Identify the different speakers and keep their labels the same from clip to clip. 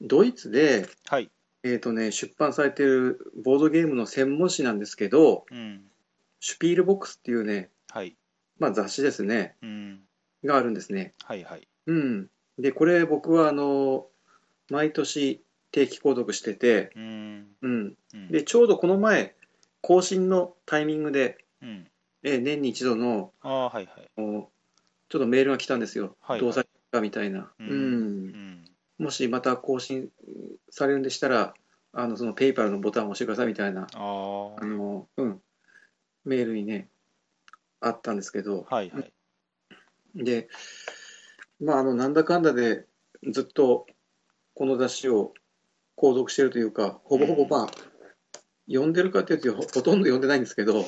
Speaker 1: ドイツで、
Speaker 2: はい。
Speaker 1: えーとね、出版されてるボードゲームの専門誌なんですけど、
Speaker 2: うん。
Speaker 1: シュピールボックスっていうね、
Speaker 2: はい。
Speaker 1: まあ、雑誌ですね、
Speaker 2: うん。
Speaker 1: があるんですね。
Speaker 2: はいはい。
Speaker 1: うん。で、これ僕はあの、毎年定期購読してて、
Speaker 2: うーん。
Speaker 1: うん。
Speaker 2: う
Speaker 1: で、
Speaker 2: ん。
Speaker 1: ちょうどこの前、更新のタイミングで、
Speaker 2: うん。
Speaker 1: えー年に一度の、
Speaker 2: ああ、はいはい。
Speaker 1: おちょっとメールが来たんですよ。
Speaker 2: はい
Speaker 1: どう
Speaker 2: は
Speaker 1: さ
Speaker 2: い。
Speaker 1: れたかみたいな。う
Speaker 2: う。
Speaker 1: んん。
Speaker 2: うん。
Speaker 1: もしまた更新されるんでしたら、あの、そのペイパルのボタンを押してくださいみたいな、
Speaker 2: ああ。
Speaker 1: あの、うん、メールにね、あったんですけど、
Speaker 2: はいはい。
Speaker 1: で、まあ、あの、なんだかんだでずっとこの雑誌を購読してるというか、ほ
Speaker 2: う
Speaker 1: ぼほぼ
Speaker 2: ん。
Speaker 1: まあ、読んでるかっていうと、ほとんど読んでないんですけ ど、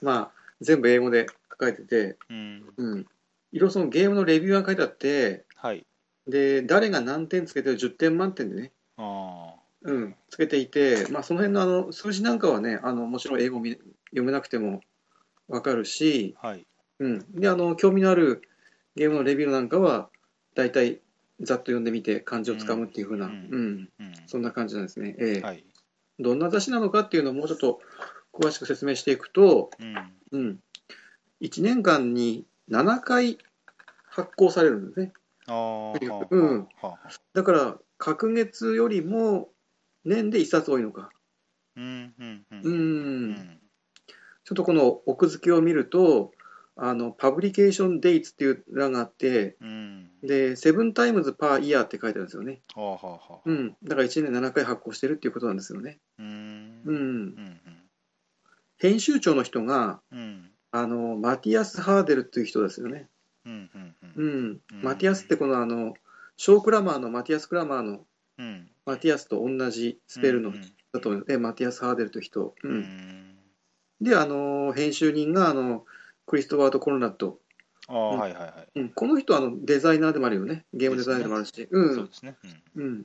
Speaker 1: まあ、全部英語で書かれてて、
Speaker 2: うん。
Speaker 1: うん。いろいろそのゲームのレビューが書いてあって、
Speaker 2: はい。
Speaker 1: で、誰が何点つけて10点満点でね、
Speaker 2: ああ。
Speaker 1: うん、つけていて、まあ、その辺のあの数字なんかはね、あのもちろん英語み読めなくてもわかるし、
Speaker 2: はい。
Speaker 1: うん、であの興味のあるゲームのレビューなんかは、だいたいざっと読んでみて、感じ
Speaker 2: う
Speaker 1: をつかむっ
Speaker 2: ん。
Speaker 1: ていう風
Speaker 2: う。
Speaker 1: な、うんん、
Speaker 2: うん。
Speaker 1: そんな感じなんですね。ええ
Speaker 2: はい。
Speaker 1: どんな雑誌なのかっていうのをもうちょっと詳しく説明していくと、
Speaker 2: うん。
Speaker 1: うん、1年間に7回発行されるんですね。
Speaker 2: ああ、はあ、
Speaker 1: う
Speaker 2: は
Speaker 1: ん、
Speaker 2: あ、はあ。
Speaker 1: だから、隔月よりも年で1冊多いのか。
Speaker 2: うん、うん、う。
Speaker 1: うん
Speaker 2: うんん。
Speaker 1: ちょっとこの奥付けを見ると、あの、パブリケーションデイツっていう欄があって、
Speaker 2: うん。
Speaker 1: で、セブンタイムズパーイヤーって書いてあるんですよね。
Speaker 2: はあ、はあ、はあ、
Speaker 1: う
Speaker 2: はあ。
Speaker 1: ん。だから1年7回発行してるっていうことなんですよね。
Speaker 2: うーん。
Speaker 1: うん。
Speaker 2: うん、
Speaker 1: 編集長の人が、
Speaker 2: うん。
Speaker 1: あの、マティアス・ハーデルっていう人ですよね。
Speaker 2: うん、うん、うん。
Speaker 1: うん。
Speaker 2: う
Speaker 1: マティアスって
Speaker 2: ん。
Speaker 1: このあの、ショークラマーのマティアス・クラマーの
Speaker 2: うん。
Speaker 1: マティアスと同じス
Speaker 2: う
Speaker 1: ペル
Speaker 2: ん、
Speaker 1: の
Speaker 2: う
Speaker 1: 人
Speaker 2: ん。
Speaker 1: だと思うで、マティアス・ハーデルという人。う
Speaker 2: うー
Speaker 1: ん。
Speaker 2: ん。
Speaker 1: で、あの、編集人が、あの、クリストワート・コロナット。
Speaker 2: ああ、
Speaker 1: うん。
Speaker 2: はい、はい、はい。
Speaker 1: うん、この人はあのデザイナーでもあるよね。ゲーム
Speaker 2: で
Speaker 1: デ
Speaker 2: す
Speaker 1: ザイナーで
Speaker 2: ね。
Speaker 1: もあるし。う。
Speaker 2: そうんですね。うん。
Speaker 1: うん。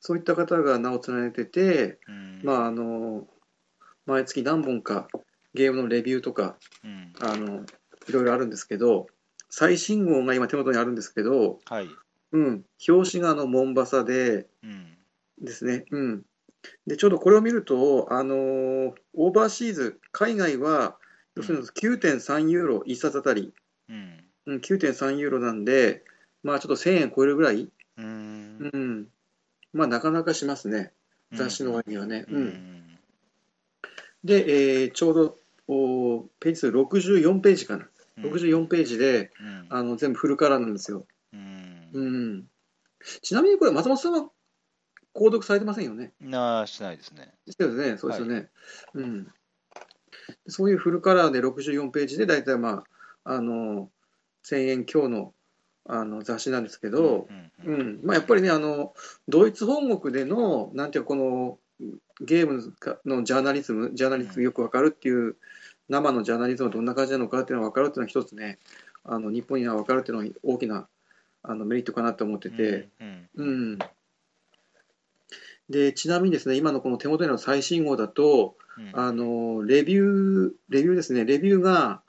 Speaker 1: そういった方が名を連ねてて、
Speaker 2: う
Speaker 1: まあ、
Speaker 2: ん。
Speaker 1: あの、毎月何本かゲームのレビューとか、
Speaker 2: うん。
Speaker 1: あの、いろいろあるんですけど、最新号が今手元にあるんですけど、
Speaker 2: はい。
Speaker 1: うん。表紙があの、モンバサで
Speaker 2: うん。
Speaker 1: ですね。うん。で、ちょうどこれを見ると、あの、オーバーシーズ、海外は、
Speaker 2: う
Speaker 1: 要する
Speaker 2: ん。
Speaker 1: に9.3ユーロ、1冊あたり。
Speaker 2: うん。
Speaker 1: うん、9.3ユーロなんで、まあちょっと1000円超えるぐらい、
Speaker 2: うーん。
Speaker 1: うん、まあなかなかしますね、
Speaker 2: うん、
Speaker 1: 雑誌の割にはね。
Speaker 2: うん。う
Speaker 1: うん、
Speaker 2: ん。
Speaker 1: で、えーちょうどおーページ数64ページかな、
Speaker 2: うん。
Speaker 1: 64ページで
Speaker 2: うん。
Speaker 1: あの全部フルカラーなんですよ。
Speaker 2: う
Speaker 1: うんん、ちなみにこれ、松本さんは購読されてませんよね。
Speaker 2: なあ、しないですね。
Speaker 1: ですよね、そうで
Speaker 2: は
Speaker 1: すよ
Speaker 2: い。
Speaker 1: ね。うん、そういうフルカラーで64ページで、大体まあ、あの1000円強のあの雑誌なんですけ
Speaker 2: うん。
Speaker 1: ど、
Speaker 2: うん。う。
Speaker 1: うんんまあ、やっぱりねあの、ドイツ本国での、なんていうか、このゲームのジャーナリズム、ジャーナ
Speaker 2: う
Speaker 1: リズム
Speaker 2: ん。
Speaker 1: よくわかるっていう、生のジャーナリズムはどんな感じなのかっていうのがわかるっていうのは、一つね、あの日本にはわかるっていうのは大きなあのメリットかなと思って
Speaker 2: う
Speaker 1: て、
Speaker 2: ん。うん。う。
Speaker 1: うんん、でちなみにですね、今のこの手元にある最新号だと、
Speaker 2: うん。
Speaker 1: あのレビュー、レビューですね、レビューが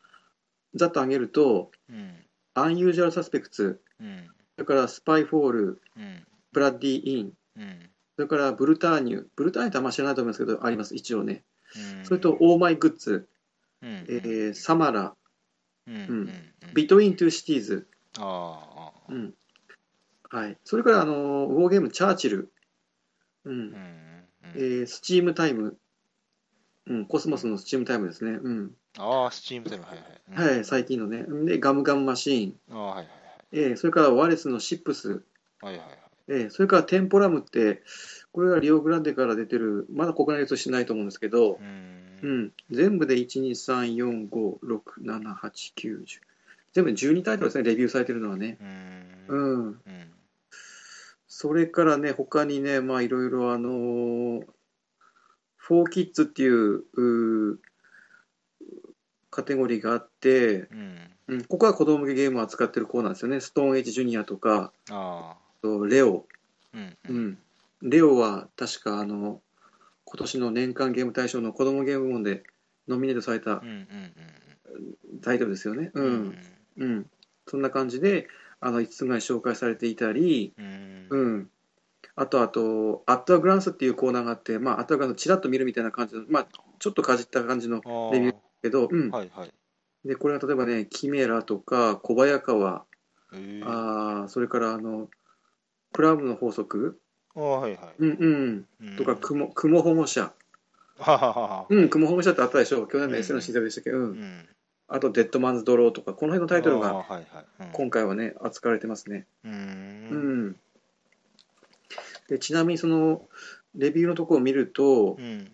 Speaker 1: ざっと上げると、
Speaker 2: うん。
Speaker 1: アンユージャルサスペクツ、
Speaker 2: うん。
Speaker 1: それからスパイフォール、
Speaker 2: うん。
Speaker 1: ブラッディ・イン、
Speaker 2: うん。
Speaker 1: それからブルターニュ。ブルターニュってあんま知らないと思いますけど、あります、一応ね。
Speaker 2: う
Speaker 1: それと、
Speaker 2: ん。
Speaker 1: オーマイ・グッズ、
Speaker 2: うん。
Speaker 1: え
Speaker 2: うん。
Speaker 1: ーサマラ、
Speaker 2: うん。うん。
Speaker 1: う、
Speaker 2: うんん。
Speaker 1: ビトイン・トゥ・シティーズ、
Speaker 2: あ
Speaker 1: う
Speaker 2: あ。
Speaker 1: ん、はい。それから、あのーウォーゲーム、チャーチル、う、
Speaker 2: うんん。う
Speaker 1: え
Speaker 2: ん。
Speaker 1: ースチームタイム、うん、コス
Speaker 2: う
Speaker 1: モス
Speaker 2: ん。
Speaker 1: のスチームタイムですね。うん。
Speaker 2: ああ、スチームタイム、はいはい。うん。
Speaker 1: はい、最近のね。で、ガムガムマシーン、
Speaker 2: ああ、はいはい
Speaker 1: えーそれから、ワレスのシップス、
Speaker 2: はい。はいはいはい。
Speaker 1: えーそれから、テンポラムって、これはリオグランデから出てる、まだ国内流通してないと思うんですけど、
Speaker 2: う。
Speaker 1: うんん、全部で1、2、3、4、5、6、7、8、9、10。全部で12タイトルですね、レビューされてるのはね。
Speaker 2: うん。
Speaker 1: うん。
Speaker 2: うん。
Speaker 1: それからね、他にね、まあいろいろあのー、フォーキッズっていう、うーカテゴリーがあって、
Speaker 2: うん。
Speaker 1: うん、ここは子供向けゲームを扱ってるコーナーですよね。ストーンエイジジュニアとか、
Speaker 2: ああ。
Speaker 1: とレオ。
Speaker 2: うんう。
Speaker 1: うんん。レオは確かあの、今年の年間ゲーム大賞の子供ゲーム部門でノミネートされた
Speaker 2: うんうんうん
Speaker 1: タイトルですよね。
Speaker 2: う
Speaker 1: うんん。うん。そんな感じで、あの、5つぐらい紹介されていたり、
Speaker 2: うんうん
Speaker 1: うん。あと、あと、アットアグランスっていうコーナーがあって、まあ、アットアグランスチラッと見るみたいな感じの、まあ、ちょっとかじった感じの
Speaker 2: あー
Speaker 1: レビューけど、うん。
Speaker 2: はいはい。
Speaker 1: で、これが例えばね、キメラとか、小早川、
Speaker 2: えー、あ
Speaker 1: あーそれから、あの、プラムの法則、
Speaker 2: ーはいは
Speaker 1: うんうん、
Speaker 2: い。うん
Speaker 1: とか、雲、雲保護者。
Speaker 2: はははは。
Speaker 1: うん、雲保護者ってあったでしょ。去年の S の新作でしたっけど、う。
Speaker 2: うんん。
Speaker 1: あと、デッドマンズ・ドローとか、この辺のタイトルが
Speaker 2: あーはいはい。
Speaker 1: 今回はね、扱われてますね。
Speaker 2: うん。う。
Speaker 1: うんん。で、ちなみにその、レビューのところを見ると
Speaker 2: う、ん。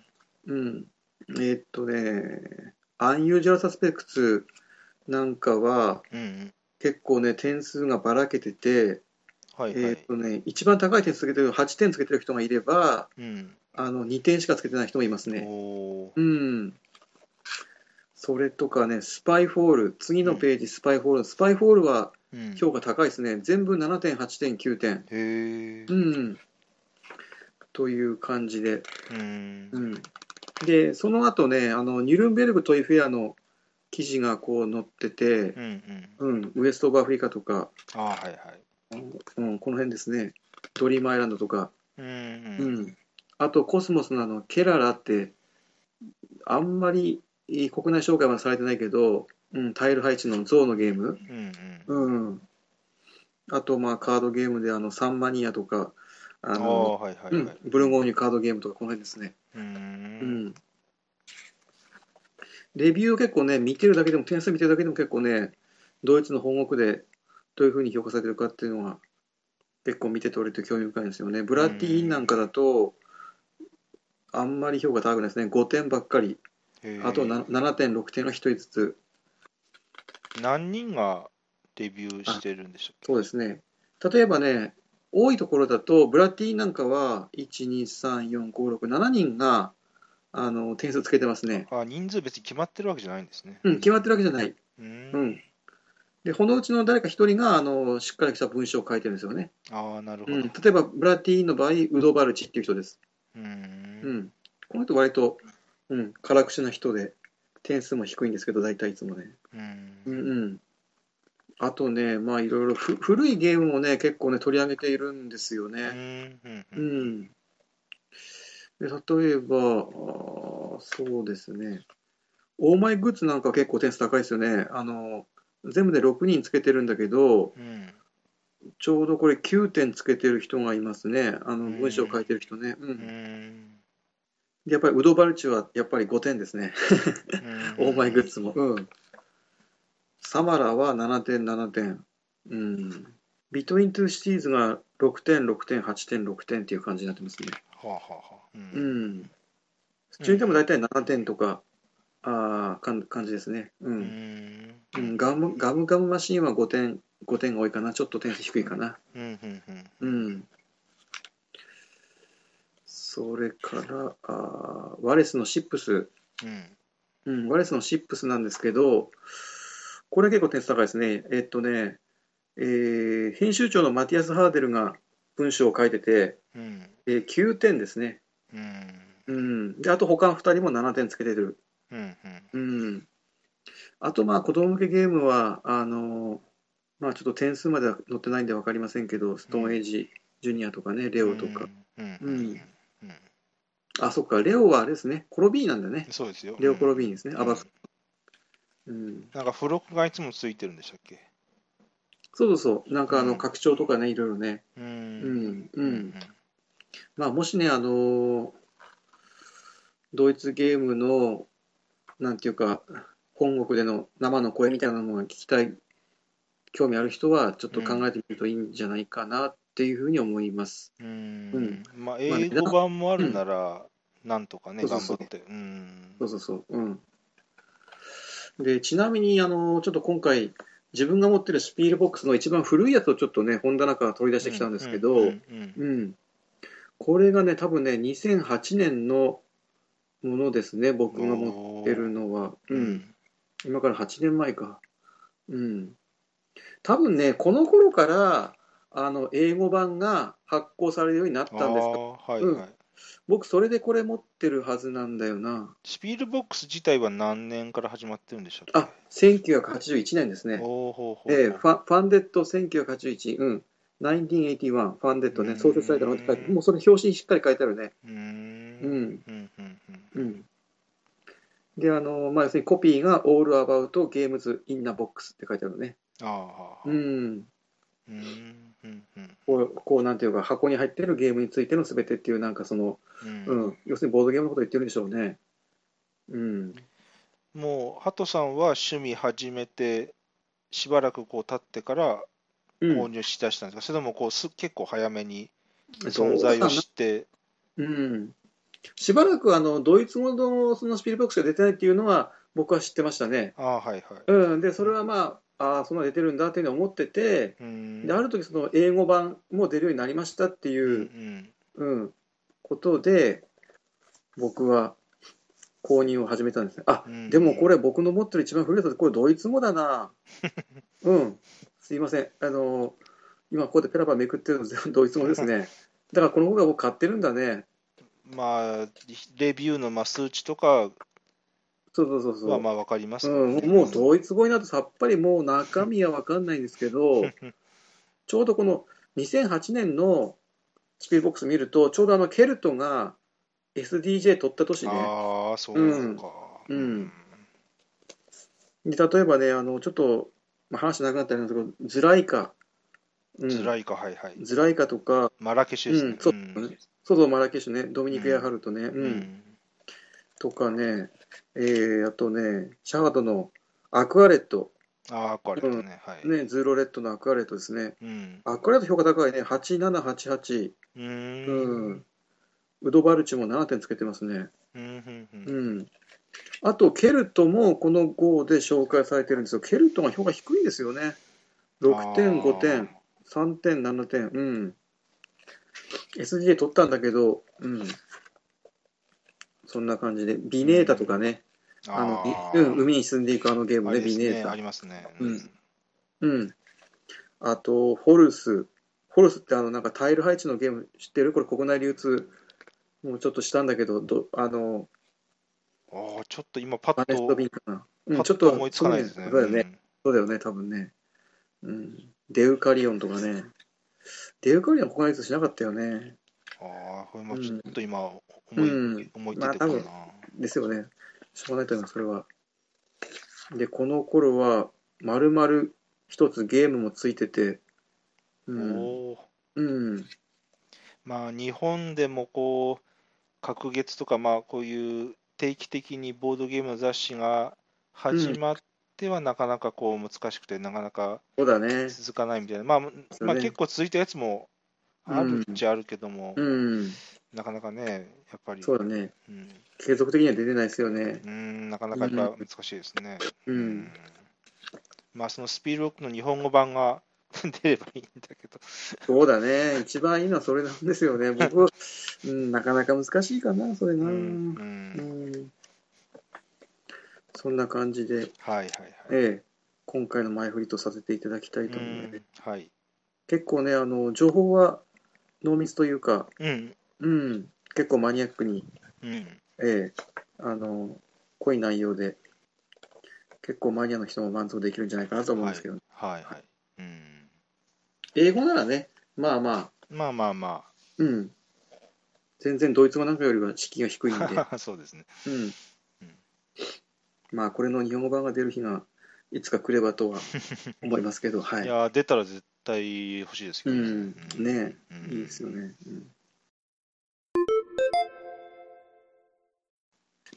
Speaker 1: うん。えーっとね、アンユージュアルサスペクツなんかは、
Speaker 2: うん。
Speaker 1: 結構ね、点数がばらけてて、
Speaker 2: はい
Speaker 1: え
Speaker 2: は
Speaker 1: ーっ
Speaker 2: い。
Speaker 1: とね、一番高い点数つけてる、8点つけてる人がいれば、
Speaker 2: うん。
Speaker 1: あの、2点しかつけてない人もいますね。
Speaker 2: おー
Speaker 1: うん。それとかね、スパイフォール、次のページ、スパイフォール、スパイフォールは
Speaker 2: うん。
Speaker 1: 評価高いですね。全部7点、8点、9点。
Speaker 2: へえ。
Speaker 1: うん。という感じで。
Speaker 2: うん
Speaker 1: う。ん、で、その後ね、あの、ニュルンベルグトイフェアの記事がこう載ってて
Speaker 2: う、んうん。
Speaker 1: うん、ウエストオブアフリカとか、
Speaker 2: あーはいはい。
Speaker 1: うん、この辺ですね。ドリームアイランドとか、
Speaker 2: うん
Speaker 1: う
Speaker 2: うん。
Speaker 1: ん。あと、コスモスのあの、ケララって、あんまりいい国内紹介はされてないけど、うん、タイル配置のゾウのゲーム、
Speaker 2: うんうん。
Speaker 1: うん。あと、まあ、カードゲームで、あの、サンマニアとか、あ
Speaker 2: あー
Speaker 1: の、
Speaker 2: はいは
Speaker 1: う
Speaker 2: い
Speaker 1: ん
Speaker 2: はい。、
Speaker 1: ブルゴーニュカードゲームとか、この辺ですね。
Speaker 2: う。
Speaker 1: うんん。レビューを結構ね、見てるだけでも、点数見てるだけでも結構ね、ドイツの本国でどういうふうに評価されてるかっていうのが、結構見てて俺と興味深いんですよね。ブラティーンなんかだと、あんまり評価高くないですね。5点ばっかり。
Speaker 2: へー
Speaker 1: あとな7点、6点が1人ずつ。
Speaker 2: 何人がデビューしてるんでしたっけ
Speaker 1: そうですね。例えばね、多いところだと、ブラティーンなんかは、1、2、3、4、5、6、7人が、あの、点数つけてますね。
Speaker 2: あ、人数別に決まってるわけじゃないんですね。
Speaker 1: うん、決まってるわけじゃない。
Speaker 2: うん
Speaker 1: う。ん。で、このうちの誰か一人が、あの、しっかりした文章を書いてるんですよね。
Speaker 2: ああ、なるほ
Speaker 1: うん。
Speaker 2: ど
Speaker 1: 例。えば、ブラティーンの場合、ウドバルチっていう人です。
Speaker 2: う。
Speaker 1: うんん。この人割と、うん、辛口な人で、点数も低いんですけど、大体いつもね。
Speaker 2: うん
Speaker 1: うんうん。あとね、まあ、いろいろ、ふ古いゲームもね、結構ね、取り上げているんですよ
Speaker 2: う
Speaker 1: ね。
Speaker 2: んうん
Speaker 1: う
Speaker 2: うん
Speaker 1: ん。で、例えば、あーそうですね。オーマイグッズなんかは結構点数高いですよね。あの、全部で6人つけてるんだけど、
Speaker 2: うん
Speaker 1: ちょうどこれ9点つけてる人がいますね。あの、
Speaker 2: うん
Speaker 1: 文章を書いてる人ね。うん。
Speaker 2: う
Speaker 1: で
Speaker 2: ん
Speaker 1: やっぱりウドバルチはやっぱり5点ですね。オーマイグッズも。うん。サマラは7点、7点。うん。ビトイントゥシティーズが6点、6点、8点、6点っていう感じになってますね。
Speaker 2: はあはあはあう
Speaker 1: うんん。スチューでも大体7点とか、ああ、かん感じですね。う。
Speaker 2: うんん
Speaker 1: うん、ガム、ガムガムマシンは5点、5点が多いかな。ちょっと点数低いかな。
Speaker 2: うんうんうん
Speaker 1: うん。それから、あーワレスのシップス、
Speaker 2: うん
Speaker 1: うん、ワレスのシップスなんですけど、これ結構点数高いですね。えっとね、えー編集長のマティアス・ハーデルが文章を書いてて、
Speaker 2: うん
Speaker 1: えー9点ですね。
Speaker 2: うん
Speaker 1: うん。で、あと他の2人も7点つけてる。
Speaker 2: うん
Speaker 1: うん。あと、まあ、子供向けゲームは、あのーまあ、ちょっと点数までは載ってないんで分かりませんけど、ストーンエイジ、ジュニアとかね、レ
Speaker 2: う
Speaker 1: オ
Speaker 2: ん
Speaker 1: とか、
Speaker 2: うん
Speaker 1: う
Speaker 2: うんんうん
Speaker 1: あ、そっか、レオはあれですね、コロビーなんだね。
Speaker 2: そうですよ
Speaker 1: レオコロビーですね、
Speaker 2: うん
Speaker 1: アバク。うん。
Speaker 2: なんか付録がいつもついてるんでしたっけ
Speaker 1: そうそうそう、なんかあ
Speaker 2: う
Speaker 1: の、
Speaker 2: ん
Speaker 1: 拡張とかね、いろいろね。
Speaker 2: う
Speaker 1: うん
Speaker 2: ん、
Speaker 1: う。
Speaker 2: うん
Speaker 1: まあ、もしね、あのードイツゲームの、なんていうか、本国での生の声みたいなのが聞きたい、興味ある人は、ちょっと考えてみるといいんじゃないかなっていうふうに思います。
Speaker 2: うんま
Speaker 1: ま
Speaker 2: あ
Speaker 1: あね
Speaker 2: 英語版もあるならなんとかね
Speaker 1: そう
Speaker 2: 頑
Speaker 1: そ
Speaker 2: 張
Speaker 1: うそう
Speaker 2: ってうん
Speaker 1: そうそうそう。うん。で、ちなみに、あのーちょっと今回、自分が持ってるスピールボックスの一番古いやつをちょっとね、本棚から取り出してきたんですけど、
Speaker 2: うんうんうん
Speaker 1: うん。これがね、多分ね、2008年のものですね、僕が持ってるのは。
Speaker 2: う
Speaker 1: うんん。今から8年前か。うん。多分ね、この頃から、あの、英語版が発行されるようになっ
Speaker 2: あ
Speaker 1: たんですけど、
Speaker 2: ーはいはい
Speaker 1: 僕、それでこれ持ってるはずなんだよな。
Speaker 2: スピールボックス自体は何年から始まってるんでしたっ
Speaker 1: あ、
Speaker 2: け
Speaker 1: 1981年ですね。
Speaker 2: おーほうほうほう
Speaker 1: ええファファンデッド1981。うん。 1981、ファンデッドね、創設されたのって書いてあ
Speaker 2: う
Speaker 1: る。
Speaker 2: ん
Speaker 1: もうそれ表紙にしっかり書いてあるね。
Speaker 2: うー
Speaker 1: う。
Speaker 2: ん
Speaker 1: ん。
Speaker 2: うんうんうん
Speaker 1: うん。で、あの、まあ、要するにコピーが All About Games in a Box って書いてあるね。
Speaker 2: あ
Speaker 1: う
Speaker 2: あ。うん
Speaker 1: ん。
Speaker 2: うんうんうん
Speaker 1: こう、こうなんていうか、箱に入ってるゲームについての全てっていう、なんかその、
Speaker 2: うん
Speaker 1: うん、要するにボードゲームのことを言ってるんでしょうね。うん。
Speaker 2: もうハトさんは趣味始めてしばらくこう経ってから
Speaker 1: うん
Speaker 2: 購入しだしたんですか、それともこうす結構早めに
Speaker 1: えっと
Speaker 2: 存在を知って
Speaker 1: うん、しばらくあのドイツ語のそのスピルバックしか出てないっていうのは僕は知ってましたね。
Speaker 2: ああはいはい
Speaker 1: うん、でそれはまあああそんなの出てるんだっていうのを思ってて
Speaker 2: うーん
Speaker 1: である時その英語版も出るようになりましたって
Speaker 2: う
Speaker 1: いう、
Speaker 2: ん
Speaker 1: うん、ことで僕は購入を始めたんですね。あ
Speaker 2: うん
Speaker 1: でもこれ僕の持ってる一番古いやつこれドイツ語だ な。うんすいませんあの今ここでペラペラめくってるの全部ドイツ語です ね。だからこの方が僕買ってるんだね。
Speaker 2: うんまあレビューのまあ数値とか
Speaker 1: そうそうそうそう。
Speaker 2: はまあわかりますから
Speaker 1: う
Speaker 2: ね
Speaker 1: ん、もうドイツ語になるとさっぱりもう中身は分かんないんですけ どちょうどこの2008年のスピードボックス見るとちょうどあのケルトが SDJ 取った年ね
Speaker 2: ああそうか
Speaker 1: うんで例えばねあのちょっと、まあ、話なくなったりなんですけどズライカ、うん、
Speaker 2: ずらいかはいはい
Speaker 1: ズライカとか
Speaker 2: マラケシュですね
Speaker 1: うんそうソドマラケシュねドミニク・ヤハルトね、
Speaker 2: う
Speaker 1: うんんとかね、えーあとねシャワードのアクアレット、
Speaker 2: ああ壊れたねはい
Speaker 1: ね、ズーロレッドのアクアレットですね
Speaker 2: うん
Speaker 1: アクアレット評価高いね8788
Speaker 2: うー
Speaker 1: うんん、ウドバルチも7点つけてますね、
Speaker 2: うんうんうん
Speaker 1: うん、あとケルトもこの号で紹介されてるんですよケルトが評価低いんですよね6点
Speaker 2: あー
Speaker 1: 5点3点7点うん SDA 取ったんだけどうんそんな感じでビネータとかね、あの
Speaker 2: あ
Speaker 1: い
Speaker 2: ー
Speaker 1: うん、海に進んでいくあのゲーム
Speaker 2: あ
Speaker 1: ね
Speaker 2: れです
Speaker 1: ビネー
Speaker 2: ね、
Speaker 1: タ
Speaker 2: ありますね。
Speaker 1: うんうん。あと、ホルス。ホルスってあの、なんかタイル配置のゲーム知ってるこれ国内流通。もうちょっとしたんだけど、どあの、
Speaker 2: ああ、ちょっと今パッ
Speaker 1: マネスト
Speaker 2: と、
Speaker 1: ビンかな。うん、
Speaker 2: パ
Speaker 1: ちょ
Speaker 2: ッ
Speaker 1: っと
Speaker 2: と思いつかないですね。
Speaker 1: そうだよね。そうだよね、多分ね。うん。デウカリオンとかね。デウカリオン国内流通しなかったよね。
Speaker 2: うん。ああ、これもちょっと今思
Speaker 1: う
Speaker 2: い、
Speaker 1: ん。
Speaker 2: 思い出てくるな。
Speaker 1: ですよね。しょうがないと思います、それは。で、この頃は、丸々一つゲームもついてて、うん。
Speaker 2: おー
Speaker 1: うん。
Speaker 2: まあ日本でもこう、隔月とか、まあこういう定期的にボードゲームの雑誌が始まってはなかなかこう難しくて、なかなか
Speaker 1: そうだね。
Speaker 2: 続かないみたいな。まあ、まあ結構続いたやつもあるっちゃあるけども、
Speaker 1: うん。
Speaker 2: なかなかね、やっぱり、
Speaker 1: そうだね。
Speaker 2: うん、
Speaker 1: 継続的には出てないですよね
Speaker 2: う。ーん、なかなかやっぱ難しいですね。
Speaker 1: うん
Speaker 2: まあ、そのスピールロックの日本語版が 出ればいいんだけど。
Speaker 1: そうだね。一番いいのはそれなんですよ ね。僕、うん、なかなか難しいかな、それ
Speaker 2: う
Speaker 1: な。うんん。
Speaker 2: うん
Speaker 1: そんな感じで、
Speaker 2: はいはいはい。
Speaker 1: ええ、今回の前振りとさせていただきたいと
Speaker 2: う
Speaker 1: 思います。
Speaker 2: んはい。
Speaker 1: 結構ね、あの、情報は濃密というか、
Speaker 2: うん。
Speaker 1: うん、結構マニアックに、
Speaker 2: うん。
Speaker 1: ええ、あの、濃い内容で、結構マニアの人も満足できるんじゃないかなと思うんですけど、
Speaker 2: はいはい。うん。
Speaker 1: 英語ならね、まあまあ、
Speaker 2: まあまあま
Speaker 1: うん。全然ドイツ語なんかよりは敷居が低いん で。
Speaker 2: あ。そうですね。
Speaker 1: うん。まあ、これの日本語版が出る日がいつか来れば とは思いますけど、はいい。
Speaker 2: やー、出たら絶対欲しいですけ
Speaker 1: う
Speaker 2: ど
Speaker 1: ん。ね
Speaker 2: うん
Speaker 1: え、いいですよね。うん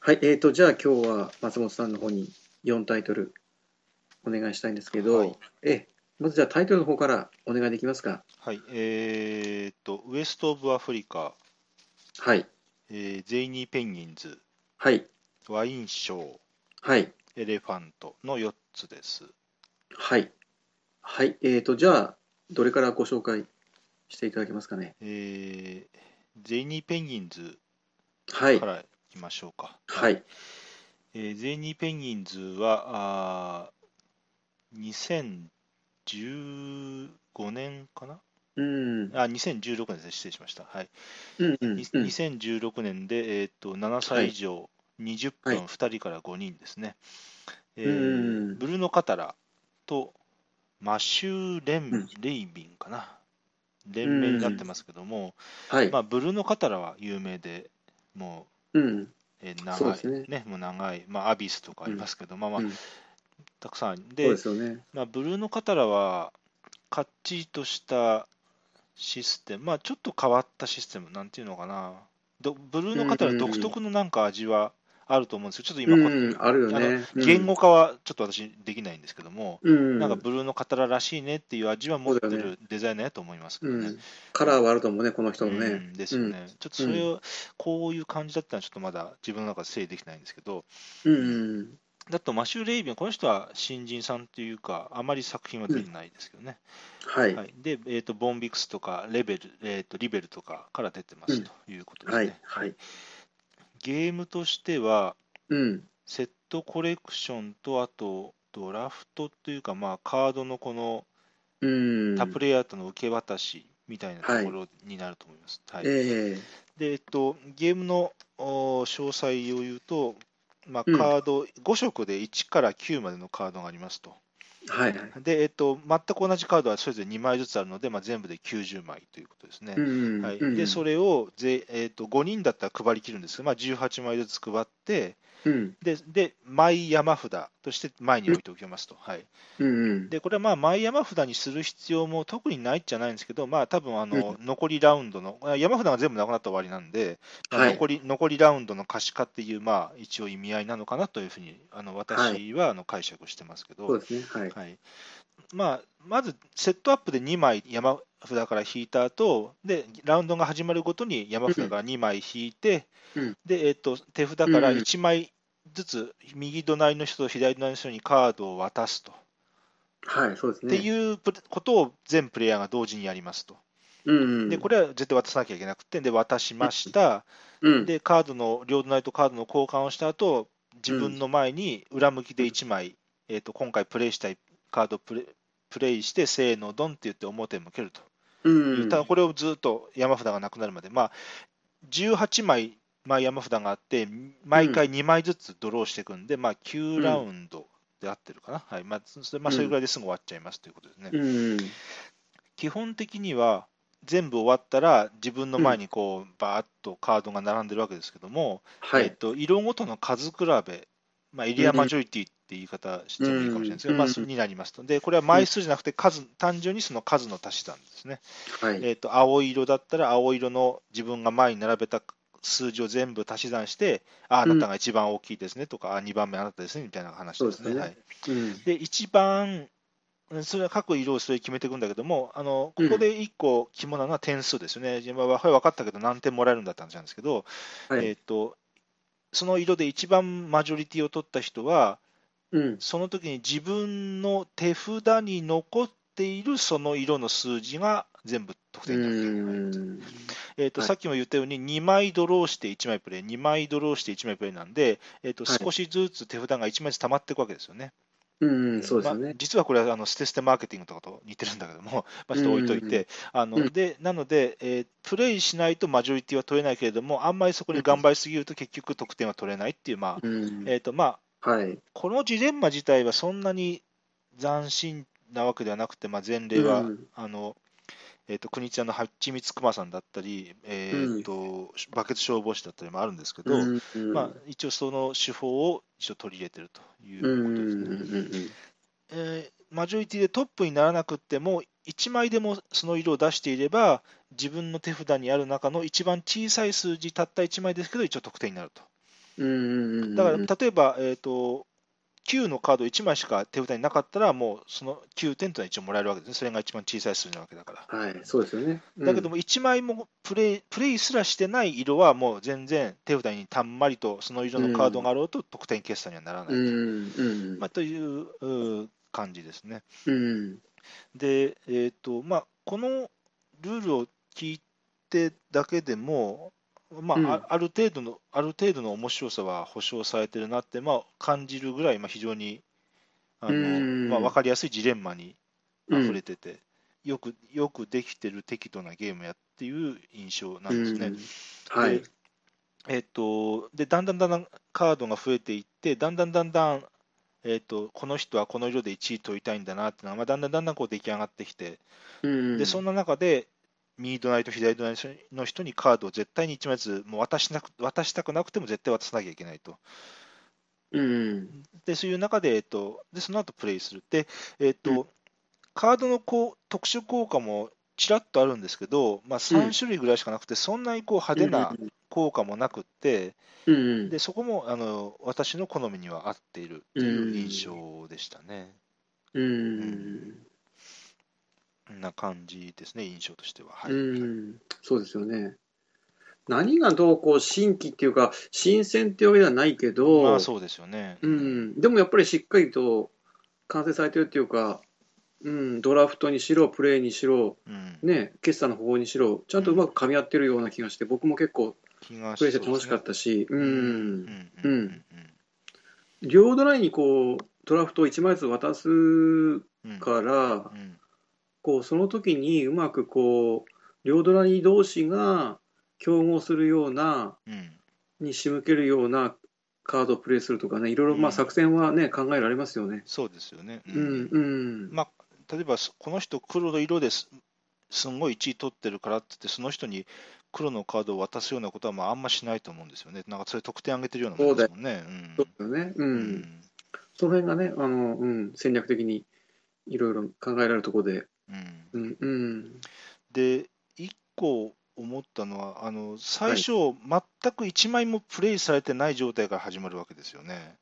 Speaker 1: はい、えーと、じゃあ今日は松本さんの方に4タイトルお願いしたいんですけど、
Speaker 2: はい
Speaker 1: え、まずじゃあタイトルの方からお願いできますか。
Speaker 2: はい。えーっと、ウエスト・オブ・アフリカ、
Speaker 1: はい、
Speaker 2: えーゼイニー・ペンギンズ、
Speaker 1: はい、
Speaker 2: ワインショー、
Speaker 1: はい。
Speaker 2: エレファントの4つです。
Speaker 1: はい。はい。えーと、じゃあ、どれからご紹介していただけますかね。
Speaker 2: えーゼニーペンギンズ
Speaker 1: はい
Speaker 2: か。らいきましょうか。
Speaker 1: はい。
Speaker 2: えーゼニーペンギンズは、あー2015年かな
Speaker 1: うん。うん
Speaker 2: あ、2016年ですね、失礼しました。はい。
Speaker 1: うんうん
Speaker 2: に。2016年で、えーっと、7歳以上、20
Speaker 1: は
Speaker 2: 分
Speaker 1: い
Speaker 2: 2人から5人ですね。え
Speaker 1: う
Speaker 2: ー
Speaker 1: ん
Speaker 2: ブルーノ・カタラとマシュー・レン
Speaker 1: うん・
Speaker 2: レイビンかな。連名になってますけども、
Speaker 1: はい。
Speaker 2: まあ、ブルーノ・カタラは有名で、も
Speaker 1: うん。
Speaker 2: う、えー長い
Speaker 1: そうですね
Speaker 2: もう長い、まあ、アビスとかありますけど、まあまあ
Speaker 1: うん、
Speaker 2: たくさんある
Speaker 1: そう
Speaker 2: で
Speaker 1: ですよね。
Speaker 2: まあ、ブルーノ・カタラは、かっちりとしたシステム、まあ、ちょっと変わったシステム、なんていうのかな、どブルーノ・カタラ独特のなんか味はあると思うんですけど、ちょっと今、こ
Speaker 1: うん、あるよね。うん
Speaker 2: 言語化はちょっと私、できないんですけども、
Speaker 1: うん。
Speaker 2: なんかブルーノ・カタラらしいねっていう味は持って
Speaker 1: そうだよ
Speaker 2: るデザイナーやと思いますけど
Speaker 1: う
Speaker 2: ね
Speaker 1: ん。。カラーはあると思うね、この人も
Speaker 2: う
Speaker 1: ね。
Speaker 2: んですよね、ちょっとそれを、こういう感じだったら、ちょっとまだ自分の中で整理できてないんですけど、
Speaker 1: うん。
Speaker 2: だとマシュー・レイビン、この人は新人さんというか、あまり作品は出てないですけどね、
Speaker 1: はい。
Speaker 2: はい、で、えーと、ボンビクスとかレベル、えーと、リベルとかから出てますということですね。
Speaker 1: はい。はい。
Speaker 2: ゲームとしては、
Speaker 1: うん。
Speaker 2: セットコレクションと、あと、ドラフトというか、まあ、カードのこの
Speaker 1: うん。
Speaker 2: 他プレイヤーとの受け渡しみたいなところになると思います。はい
Speaker 1: ええ
Speaker 2: で、えっと、ゲームのお詳細を言うと、まあ、カ
Speaker 1: うん
Speaker 2: ード、5色で1から9までのカードがありますと。
Speaker 1: はいはい。
Speaker 2: で、えっと、全く同じカードはそれぞれ2枚ずつあるので、まあ、全部で90枚ということですね。
Speaker 1: うん。
Speaker 2: はい
Speaker 1: うん
Speaker 2: で、それをぜ、えっと5人だったら配りきるんですけど、まあ、18枚ずつ配って、
Speaker 1: うん。
Speaker 2: で、で枚山札として前に置いておきますと。はい、
Speaker 1: うん。うん。
Speaker 2: でこれはまあ前山札にする必要も特にないっちゃないんですけど、まあ多分あの残りラウンドの、あ山札が全部なくなったら終わりなんで、まあ
Speaker 1: はい
Speaker 2: 残り残りラウンドの可視化っていう、まあ、一応意味合いなのかなというふうに、あの私はあの解釈してますけど、
Speaker 1: そうですね。はい。
Speaker 2: はいまあ、まずセットアップで2枚山札から引いた後でラウンドが始まるごとに山札から2枚引いて、
Speaker 1: うん
Speaker 2: でえっと手札から
Speaker 1: うんうん
Speaker 2: 1枚ずつ右隣の人と左隣の人にカードを渡すと、
Speaker 1: はい。そうです
Speaker 2: って
Speaker 1: ね。
Speaker 2: いうプレことを全プレイヤーが同時にやりますと。
Speaker 1: うん。
Speaker 2: でこれは絶対渡さなきゃいけなくてで渡しました、
Speaker 1: うん。
Speaker 2: でカードの両隣とカードの交換をした後自分の前に裏向きで1枚、えー、と今回プレイしたいカードをプレプレイして、せーの、ドンって言って表へ向けると、
Speaker 1: うん。
Speaker 2: ただこれをずっと山札がなくなるまで、まあ、18枚、まあ、山札があって、毎回2枚ずつドローしていくんで、まあ、9ラウンドで合ってるかな、はいまあそそれまあ、
Speaker 1: うん
Speaker 2: それぐらいですぐ終わっちゃいますということですね。
Speaker 1: うん。
Speaker 2: 基本的には全部終わったら自分の前にこうバーッとカードが並んでるわけですけども、
Speaker 1: は
Speaker 2: えっ
Speaker 1: い。
Speaker 2: と、色ごとの数比べ、まあ、エリアマジョリティって言い方してもいいかもしれないですけど、
Speaker 1: うん
Speaker 2: まあ、
Speaker 1: うん
Speaker 2: そになりますと。で、これは枚数じゃなくて数、単純にその数の足し算ですね。
Speaker 1: はい。
Speaker 2: えっと、青色だったら青色の自分が前に並べた数字を全部足し算して、ああ
Speaker 1: うん
Speaker 2: なたが一番大きいですねとか、あ2番目あなたですねみたいな話です
Speaker 1: そう
Speaker 2: ね。
Speaker 1: ですね
Speaker 2: はい、
Speaker 1: うん。
Speaker 2: で、一番、うんそれは各色をそれ決めていくんだけども、あのここで一個肝なのは点数ですよね。今、はい分かったけど、何点もらえるんだったんですけど、
Speaker 1: はい
Speaker 2: えっと、その色で一番マジョリティを取った人は、
Speaker 1: うん。
Speaker 2: その時に自分の手札に残っているその色の数字が全部得
Speaker 1: う
Speaker 2: 点になるはい
Speaker 1: ん。
Speaker 2: えっと
Speaker 1: はい
Speaker 2: さっきも言ったように、2枚ドローして1枚プレイ、2枚ドローして1枚プレイなんで、えっと
Speaker 1: はい
Speaker 2: 少しずつ手札が1枚ずつ溜まっていくわけですよね。
Speaker 1: うん。そうですよ
Speaker 2: まあ
Speaker 1: ね。
Speaker 2: 実はこれはあのステステマーケティングとかと似てるんだけど も、まあ、ちょっと置いとい
Speaker 1: うんうんう
Speaker 2: て、あ
Speaker 1: う
Speaker 2: の
Speaker 1: ん
Speaker 2: でなので、えープレイしないとマジョリティは取れないけれども、あんまりそこに頑張りすぎると結局得点は取れないっていう、まあ
Speaker 1: うん。
Speaker 2: えーとまあ、
Speaker 1: はい。
Speaker 2: このジレンマ自体はそんなに斬新なわけではなくて、まあ、前例は、
Speaker 1: うん
Speaker 2: あのえー、と国ちゃんのはちみつくまさんだったり、えーとバケツ消防士だったりもあるんですけど、
Speaker 1: うん。
Speaker 2: まあ、一応その手法を一応取り入れてるという
Speaker 1: うん。
Speaker 2: ことですね。
Speaker 1: うん。
Speaker 2: えーマジョリティでトップにならなくっても、1枚でもその色を出していれば、自分の手札にある中の一番小さい数字、たった1枚ですけど、一応得点になると。
Speaker 1: うん。
Speaker 2: だから、例えば、えーと、9のカード1枚しか手札になかったら、もうその9点というのは一応もらえるわけですね。それが一番小さい数字なわけだから。
Speaker 1: はい。そうですよね。
Speaker 2: だけども、1枚もプレイプレイすらしてない色は、もう全然手札にたんまりとその色のカードがあろうと得点決算にはならな
Speaker 1: う
Speaker 2: い。
Speaker 1: ん。うん
Speaker 2: ま。あ、といううー感じですね。
Speaker 1: うん。
Speaker 2: で、えーとまあ、このルールを聞いてだけでも、まあ
Speaker 1: うん
Speaker 2: あある程度の、ある程度の面白さは保証されてるなって、まあ、感じるぐらい、まあ、非常にあの、
Speaker 1: うん
Speaker 2: まあ、分かりやすいジレンマに
Speaker 1: うん
Speaker 2: 溢れてて、よくよくできてる適度なゲームやっていう印象なんですね。
Speaker 1: うんはい
Speaker 2: で。えっと、で、だんだんだんだんカードが増えていって、だんだんだんだん、えっと、この人はこの色で1位取りたいんだなっていうのが、まあ、だんだんだんだんこう出来上がってきて、
Speaker 1: うん。
Speaker 2: で、そんな中で、右隣と左隣の人にカードを絶対に1枚ずつもう渡しなく渡したくなくても絶対渡さなきゃいけないと。
Speaker 1: うん。
Speaker 2: で、そういう中で、えっと、で、その後プレイする。で、えっと、カードのこう特殊効果もちらっとあるんですけど、まあ、3種類ぐらいしかなくて、そんなにこう派手な効果もなくって、
Speaker 1: うんうん。
Speaker 2: で、そこもあの私の好みには合っているっていう印象でしたね。
Speaker 1: うんうん。
Speaker 2: こんな感じですね、印象としては。はい。
Speaker 1: うん。そうですよね。何がどうこう新規っていうか、新鮮っていうわけではないけど、
Speaker 2: まあ、そうですよね。
Speaker 1: うん、でもやっぱりしっかりと完成されてるっていうか、うん、ドラフトにしろ、プレーにしろ、
Speaker 2: うん。
Speaker 1: ね、決算の方法にしろ、ちゃんとうまく噛み合ってるような気がして、僕も結構
Speaker 2: 気が
Speaker 1: プレーして楽しかったし、う
Speaker 2: うん
Speaker 1: ん、
Speaker 2: うん
Speaker 1: うん両ドライにこうドラフトを1枚ずつ渡す
Speaker 2: うんうん
Speaker 1: から
Speaker 2: う、ん
Speaker 1: こうその時にうまくこう両ドライ同士が競合するような、
Speaker 2: うん
Speaker 1: に仕向けるようなカードをプレイするとかね、いろいろま
Speaker 2: う
Speaker 1: あ
Speaker 2: ん
Speaker 1: 作戦はね、考えられますよね。
Speaker 2: そうですよね。
Speaker 1: うん、うん、
Speaker 2: まあ、例えばそこの人黒の色ですすんごい1位取ってるからって言ってその人に黒のカードを渡すようなことはまああんましないと思うんですよね。なんかそれ得点上げてるようなもんですもんね。
Speaker 1: そうだよね。う
Speaker 2: うん
Speaker 1: ん。その辺がね、あの、うん、戦略的にいろいろ考えられるところで、
Speaker 2: うんうん
Speaker 1: うん、うん、
Speaker 2: で1個思ったのはあの最初全く1枚もプレイされてない状態から始まるわけですよね。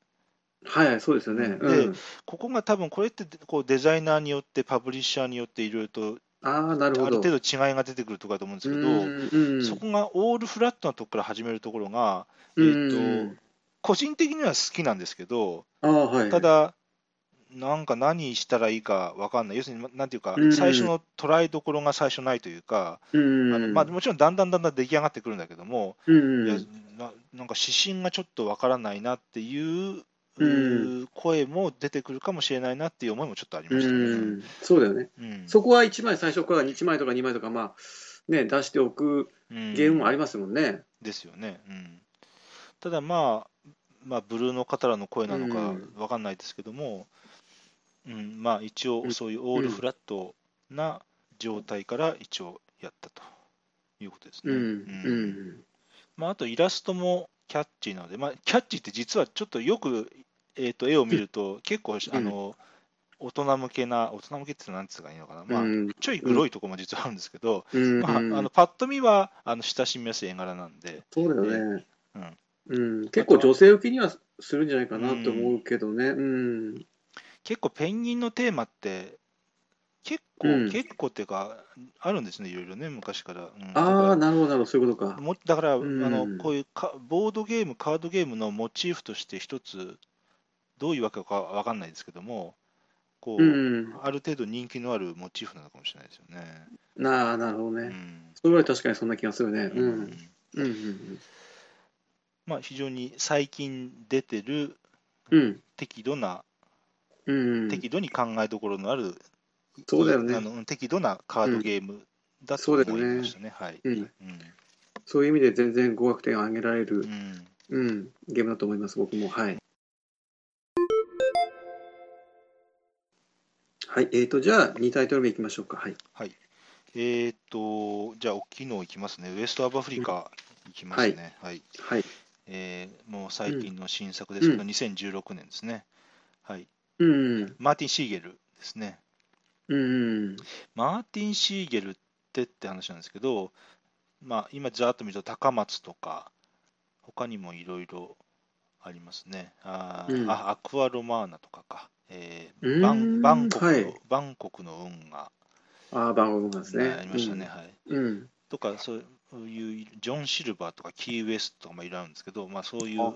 Speaker 1: はいはい、そうですよね。う
Speaker 2: で
Speaker 1: ん。
Speaker 2: ここが多分これってこうデザイナーによってパブリッシャーによっていろいろと
Speaker 1: ああ、なる
Speaker 2: あ
Speaker 1: ほ
Speaker 2: る
Speaker 1: ど。
Speaker 2: 程度違いが出てくるとかと思うんですけど、
Speaker 1: うん、
Speaker 2: そこがオールフラットなとこから始めるところが、え
Speaker 1: う
Speaker 2: っ
Speaker 1: ん、
Speaker 2: と個人的には好きなんですけど、
Speaker 1: ああ、はい。
Speaker 2: た、だ、なんか何したらいいか分かんない、要するに、なんていうか
Speaker 1: う、ん
Speaker 2: 最初の捉えどころが最初ないというか、
Speaker 1: うん、
Speaker 2: あのまあ、もちろんだんだんだんだん出来上がってくるんだけども、
Speaker 1: うん、
Speaker 2: いやななんか指針がちょっと分からないなっていう。
Speaker 1: う
Speaker 2: 声も出てくるかもしれないなっていう思いもちょっとありま
Speaker 1: う
Speaker 2: したね。
Speaker 1: ん、そうだよね。
Speaker 2: うん
Speaker 1: そこは1枚、最初から1枚とか2枚とか、まあ、ね、出しておく
Speaker 2: うん
Speaker 1: ゲームもありますもんね。
Speaker 2: ですよね。うん、ただまあ、まあ、ブルーの方らの声なのか
Speaker 1: うん
Speaker 2: わかんないですけども、うんまあ、一応
Speaker 1: ん
Speaker 2: そういうオールフラットな状態から一応やったということです
Speaker 1: う
Speaker 2: ね。
Speaker 1: ん、
Speaker 2: う
Speaker 1: うんん、
Speaker 2: まあ、あとイラストもキャッチーなので、まあ、キャッチーって実はちょっとよく、えー、と絵を見ると結構、あの大人向けな大人向けってなんつうかいいのかな、まあ
Speaker 1: う、ん、
Speaker 2: ちょいグロいとこも実はあるんですけど、
Speaker 1: うん、
Speaker 2: まあ、あのパッと見はあの親しみやすい絵柄なんで、
Speaker 1: そうだよね。
Speaker 2: うん
Speaker 1: うん、結構女性受けにはするんじゃないかなと思うけどね。うん。
Speaker 2: 結構ペンギンのテーマって結構、
Speaker 1: うん
Speaker 2: 結構っていうかあるんですねいろいろね昔から、うん
Speaker 1: ああ、
Speaker 2: だか
Speaker 1: なるほど、なるほど、そういうこと
Speaker 2: ら
Speaker 1: か。
Speaker 2: もだから、
Speaker 1: うん
Speaker 2: あのこういうかボードゲームカードゲームのモチーフとして一つどういうわけかわかんないですけどもこう、
Speaker 1: うん。
Speaker 2: ある程度人気のあるモチーフなのかもしれないですよね、
Speaker 1: なあ、なるほど
Speaker 2: う
Speaker 1: ね。
Speaker 2: ん
Speaker 1: それは確かにそんな気がするね。う。
Speaker 2: うんん
Speaker 1: うん。うん。
Speaker 2: まあ、非常に最近出てる
Speaker 1: うん。
Speaker 2: 適度な、
Speaker 1: うん。
Speaker 2: 適度に考えどころのある
Speaker 1: そうだよ
Speaker 2: あ
Speaker 1: ね。
Speaker 2: のうん適度なカードゲームだと思いましたね。はい。
Speaker 1: うん
Speaker 2: うん
Speaker 1: そういう意味で全然合格点を上げられ
Speaker 2: う
Speaker 1: る、
Speaker 2: ん
Speaker 1: うん、ゲームだと思います、僕も。はい。はい。えーと、じゃあ、2タイトル目いきましょうか。はい。
Speaker 2: えーっと、じゃあ、大きいのいきますね。ウエストアブアフリカいきますね。はい。
Speaker 1: はい。
Speaker 2: えーもう最近の新作ですけど、
Speaker 1: う
Speaker 2: 2016年ですね。はい。
Speaker 1: うん。
Speaker 2: マーティン・シーゲルですね。
Speaker 1: うん。
Speaker 2: マーティン・シーゲルってって話なんですけど、まあ、今、ざーっと見ると、高松とか、他にもいろいろありますね。あー、
Speaker 1: うん
Speaker 2: あアクア・ロマーナとかか。えー
Speaker 1: うーん
Speaker 2: バンバンコクの、
Speaker 1: はい
Speaker 2: バンコクの運河
Speaker 1: ああ、番号がですね。
Speaker 2: ありましたね。はい。
Speaker 1: うん。うん。
Speaker 2: とか、そういう、ジョン・シルバーとか、キー・ウエストとかもいろいろあるんですけど、まあ、そういう、
Speaker 1: は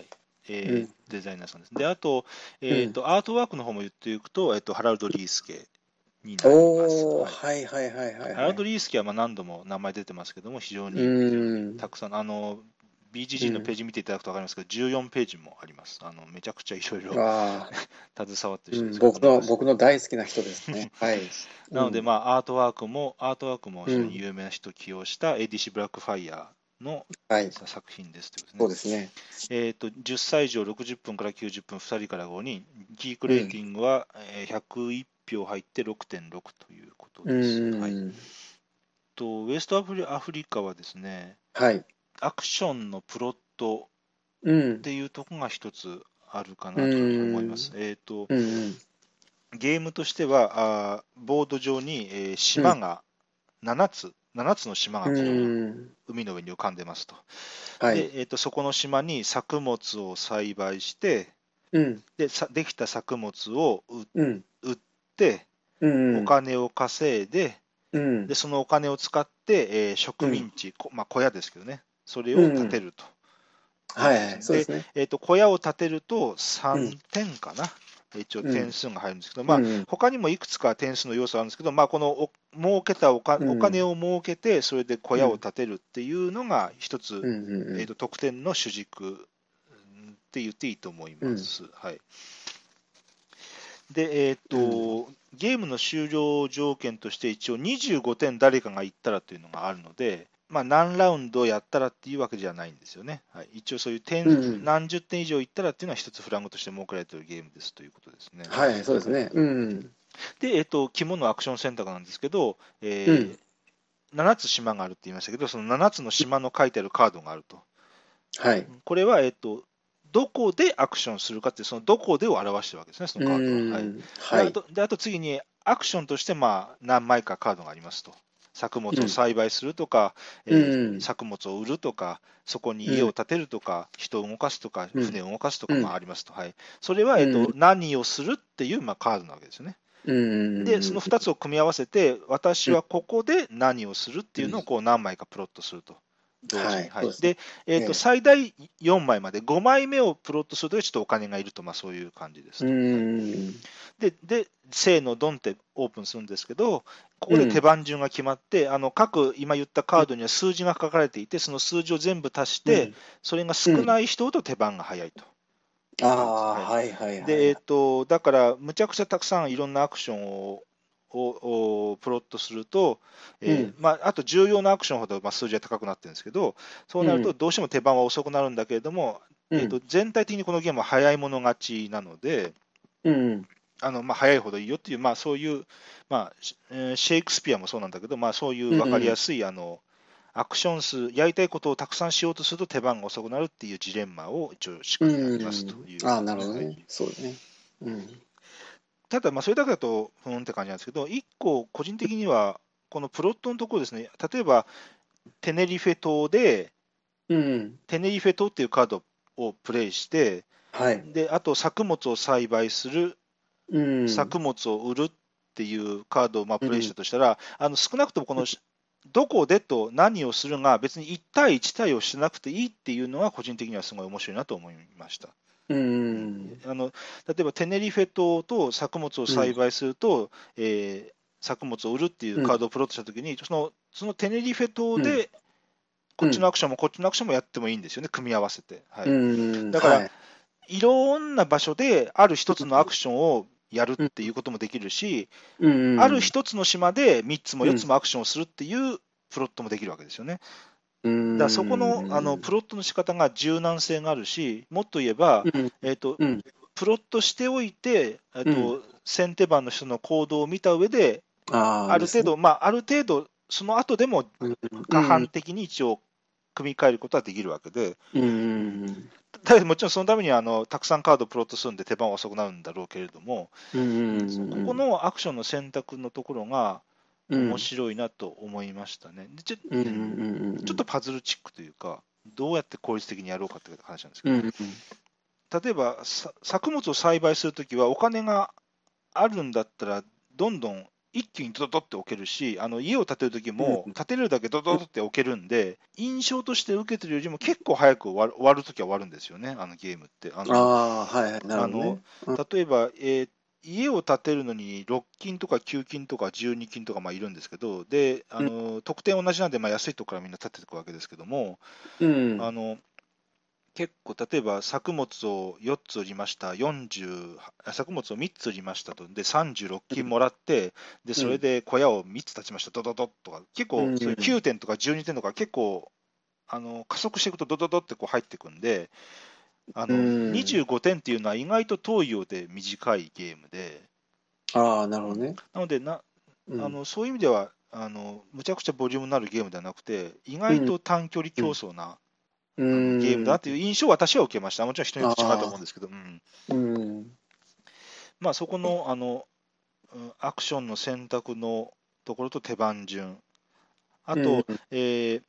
Speaker 1: い
Speaker 2: えー
Speaker 1: うん
Speaker 2: デザイナーさんです。で、あと、えーとアートワークの方も言っていくと、えー、とハラルド・リースケになります。
Speaker 1: おお、
Speaker 2: はい
Speaker 1: はいはいはいはい、
Speaker 2: ハ
Speaker 1: は
Speaker 2: ラル
Speaker 1: い
Speaker 2: ド・。リースケはまあ何度も名前出てますけども、非常
Speaker 1: う
Speaker 2: に
Speaker 1: ん。
Speaker 2: たくさん、あの、BGG のページ見ていただくと分かりますけど、14ページもあります。あのめちゃくちゃいろいろ
Speaker 1: ああ、
Speaker 2: 携わってる
Speaker 1: う
Speaker 2: 人で
Speaker 1: ん
Speaker 2: すけど
Speaker 1: 僕の、僕の大好きな人です ね。はい。
Speaker 2: なので、まあ、アートワークも、アートワークも非常
Speaker 1: うん
Speaker 2: に有名な人を起用した、エディシ・ブラックファイヤーの
Speaker 1: はい。
Speaker 2: 作品ですということ
Speaker 1: そう
Speaker 2: で
Speaker 1: ですね。
Speaker 2: すね。えっと、10歳以上60分から90分、2人から5人、ギークレーティングはえー101票入って6.6ということ
Speaker 1: う
Speaker 2: です。はい
Speaker 1: ん。
Speaker 2: と、ウエストアフリアフリカはですね、
Speaker 1: はい。
Speaker 2: アクションのプロット
Speaker 1: うん
Speaker 2: っ。ていうとこが一つあるかなと思います。えっと、
Speaker 1: うんうん。
Speaker 2: ゲームとしては、あーボード上に、えー島が7つ、7つの島がこ
Speaker 1: う。
Speaker 2: うん海の上に浮かんでますと。
Speaker 1: はい。
Speaker 2: で、えーと、そこの島に作物を栽培して、
Speaker 1: うん。
Speaker 2: で、さできた作物を売っ
Speaker 1: うん。
Speaker 2: て、
Speaker 1: うん。
Speaker 2: お金を稼いで、
Speaker 1: うん
Speaker 2: で、。そのお金を使って、えー植民地、こまあ、小屋ですけどね、それを建てると。
Speaker 1: はいはい。そうですね。
Speaker 2: えーと、小屋を建てると3点かな、一応点数が入るんですけど、まあ
Speaker 1: う、ん
Speaker 2: 他にもいくつか点数の要素あるんですけど、まあ、このお儲けたおか
Speaker 1: うん
Speaker 2: お金を儲けて、それで小屋を建てるっていうのが一つ、
Speaker 1: うんうんうん
Speaker 2: えー、と得点の主軸うんって言っていいと思います。はい、で、えーとゲームの終了条件として、一応25点誰かがいったらというのがあるので、まあ、何ラウンドやったらっていうわけじゃないんですよね。はい、一応そういう点、
Speaker 1: うんうん
Speaker 2: 何十点以上いったらっていうのは一つフラグとして設けられているゲームですということですね。
Speaker 1: はいはい。そうですね。うん。
Speaker 2: で、えっと、肝のアクション選択なんですけど、えー
Speaker 1: うん
Speaker 2: 7つ島があるって言いましたけど、その7つの島の書いてあるカードがあると。
Speaker 1: はい。
Speaker 2: これは、えっと、どこでアクションするかっていう、そのどこでを表してるわけですね、そのカードは。はい
Speaker 1: うん。は
Speaker 2: であ
Speaker 1: い。
Speaker 2: とであと次に、アクションとして、まあ、何枚かカードがありますと。作物を栽培するとか、え
Speaker 1: う
Speaker 2: ー
Speaker 1: ん
Speaker 2: 作物を売るとか、そこに家を建てるとか、人を動かすとか、
Speaker 1: うん
Speaker 2: 船を動かすとか、
Speaker 1: うん
Speaker 2: まあ、ありますと、はい、それは、えっと
Speaker 1: うん
Speaker 2: 何をするっていう、まあ、カードなわけですよね。
Speaker 1: うん。
Speaker 2: で、その2つを組み合わせて、私はここで何をするっていうのをこう何枚かプロットすると。同時に
Speaker 1: はいそ
Speaker 2: は
Speaker 1: う
Speaker 2: い
Speaker 1: ですね
Speaker 2: で、えー
Speaker 1: ええ
Speaker 2: と最大4枚まで、5枚目をプロットすると、ちょっとお金がいると、まあそういう感じです
Speaker 1: う
Speaker 2: と。
Speaker 1: ん。
Speaker 2: で、でせーの、ドンってオープンするんですけど、ここで手番順が決まって、あの各今言ったカードには数字が書かれていて、その数字を全部足して、それが少ない人ほど手番が早いと。
Speaker 1: ああ、はいはいはい。
Speaker 2: で、えっと、だから、むちゃくちゃたくさんいろんなアクションをををプロットすると、えー
Speaker 1: うん
Speaker 2: まあ、あと重要なアクションほど、まあ、数字が高くなってるんですけど、そうなる
Speaker 1: う
Speaker 2: とどうしても手番は遅くなるんだけれども、
Speaker 1: うん
Speaker 2: えっと全体的にこのゲームは早い者勝ちなので、
Speaker 1: うん。
Speaker 2: あのまあ、早いほどいいよっていう、まあ、そういう、まあシえーシェイクスピアもそうなんだけど、まあ、そういう分かりやすい、あのアクション数、やりたいことをたくさんしようとすると手番が遅くなるっていうジレンマを一応仕
Speaker 1: う
Speaker 2: 組んであり
Speaker 1: ん
Speaker 2: ますという。。
Speaker 1: ああ、なるほど
Speaker 2: はい
Speaker 1: ね。そうですね。うん。
Speaker 2: ただ、まあ、それだけだと、ふーんって感じなんですけど、一個、個人的には、このプロットのところですね、例えば、テネリフェ島で、
Speaker 1: うん。
Speaker 2: テネリフェ島っていうカードをプレイして、
Speaker 1: はい。
Speaker 2: で、あと、作物を栽培する、
Speaker 1: うん。
Speaker 2: 作物を売るっていうカードをまあプレイしたとしたら、あの少なくともこの、どこでと何をするが、別に1対1対をしなくていいっていうのは、個人的にはすごい面白いなと思いました。
Speaker 1: うん。
Speaker 2: あの例えばテネリフェ島と作物を栽培すると、えー作物を売るっていうカードをプロットしたときに、そのそのテネリフェ島で、こっちのアクションもこっちのアクションもやってもいいんですよね、組み合わせて。はい
Speaker 1: うん。
Speaker 2: だから
Speaker 1: はい
Speaker 2: いろんな場所である一つのアクションをやるっていうこともできるし、
Speaker 1: うん。
Speaker 2: ある一つの島で3つも
Speaker 1: うん
Speaker 2: 4つもアクションをするっていうプロットもできるわけですよね。
Speaker 1: うん。
Speaker 2: だからそこのあのプロットの仕方が柔軟性があるし、もっと言えば、
Speaker 1: うん。
Speaker 2: えーと
Speaker 1: うん
Speaker 2: プロットしておいて、えーと先手番の人の行動を見た上で、
Speaker 1: ああ。
Speaker 2: ある程度、まあ、ある程度、その後でも
Speaker 1: うん。
Speaker 2: 過半的に一応、組み替えることはできるわけで、
Speaker 1: うん。
Speaker 2: ただもちろんそのためにはあのたくさんカードをプロットするんで、手番は遅くなるんだろうけれども、
Speaker 1: うん。
Speaker 2: ここのアクションの選択のところが
Speaker 1: うん
Speaker 2: 面白いなと思いましたね。でちょ
Speaker 1: うんうんうんうん。
Speaker 2: ちょっとパズルチックというか、どうやって効率的にやろうかっていう話なんですけ
Speaker 1: う
Speaker 2: ど。
Speaker 1: ん。
Speaker 2: 例えばさ作物を栽培するときはお金があるんだったらどんどん一気にドドドって置けるしあの家を建てるときも
Speaker 1: うん
Speaker 2: 建てるだけドドドって置けるんで印象として受けてるよりも結構早く終わる終わるときは終わるんですよねあのゲームって。あ
Speaker 1: あ
Speaker 2: の
Speaker 1: あ、はいはい。なるほどね。うん
Speaker 2: 例えば、えー家を建てるのに6金とか9金とか12金とかまあいるんですけどであの得点同じなんでまあ安いとこからみんな建てていくわけですけども、
Speaker 1: うん。
Speaker 2: あの結構、例えば作物を4つ売りました、40あ作物を3つ売りましたと、で36金もらって、でそれで小屋を3つ建ちました、ドドドッとか、結構、
Speaker 1: うん
Speaker 2: そういう9点とか12点とか、結構あの加速していくと、ドドドってこう入っていくんで、あの
Speaker 1: うん
Speaker 2: 25点っていうのは意外と遠いようで短いゲームで、
Speaker 1: ああ、なるほどね。
Speaker 2: なのでな、
Speaker 1: うん
Speaker 2: あのそういう意味では、あのむちゃくちゃボリュームのあるゲームではなくて、意外と短距離競争な、
Speaker 1: う
Speaker 2: あの
Speaker 1: ん。
Speaker 2: ゲームだなという印象を私は受けました。もちろん人によって違うと思うんですけど、うん
Speaker 1: うん。
Speaker 2: まあ、そこのあのうんアクションの選択のところと手番順、あと、
Speaker 1: うん
Speaker 2: えー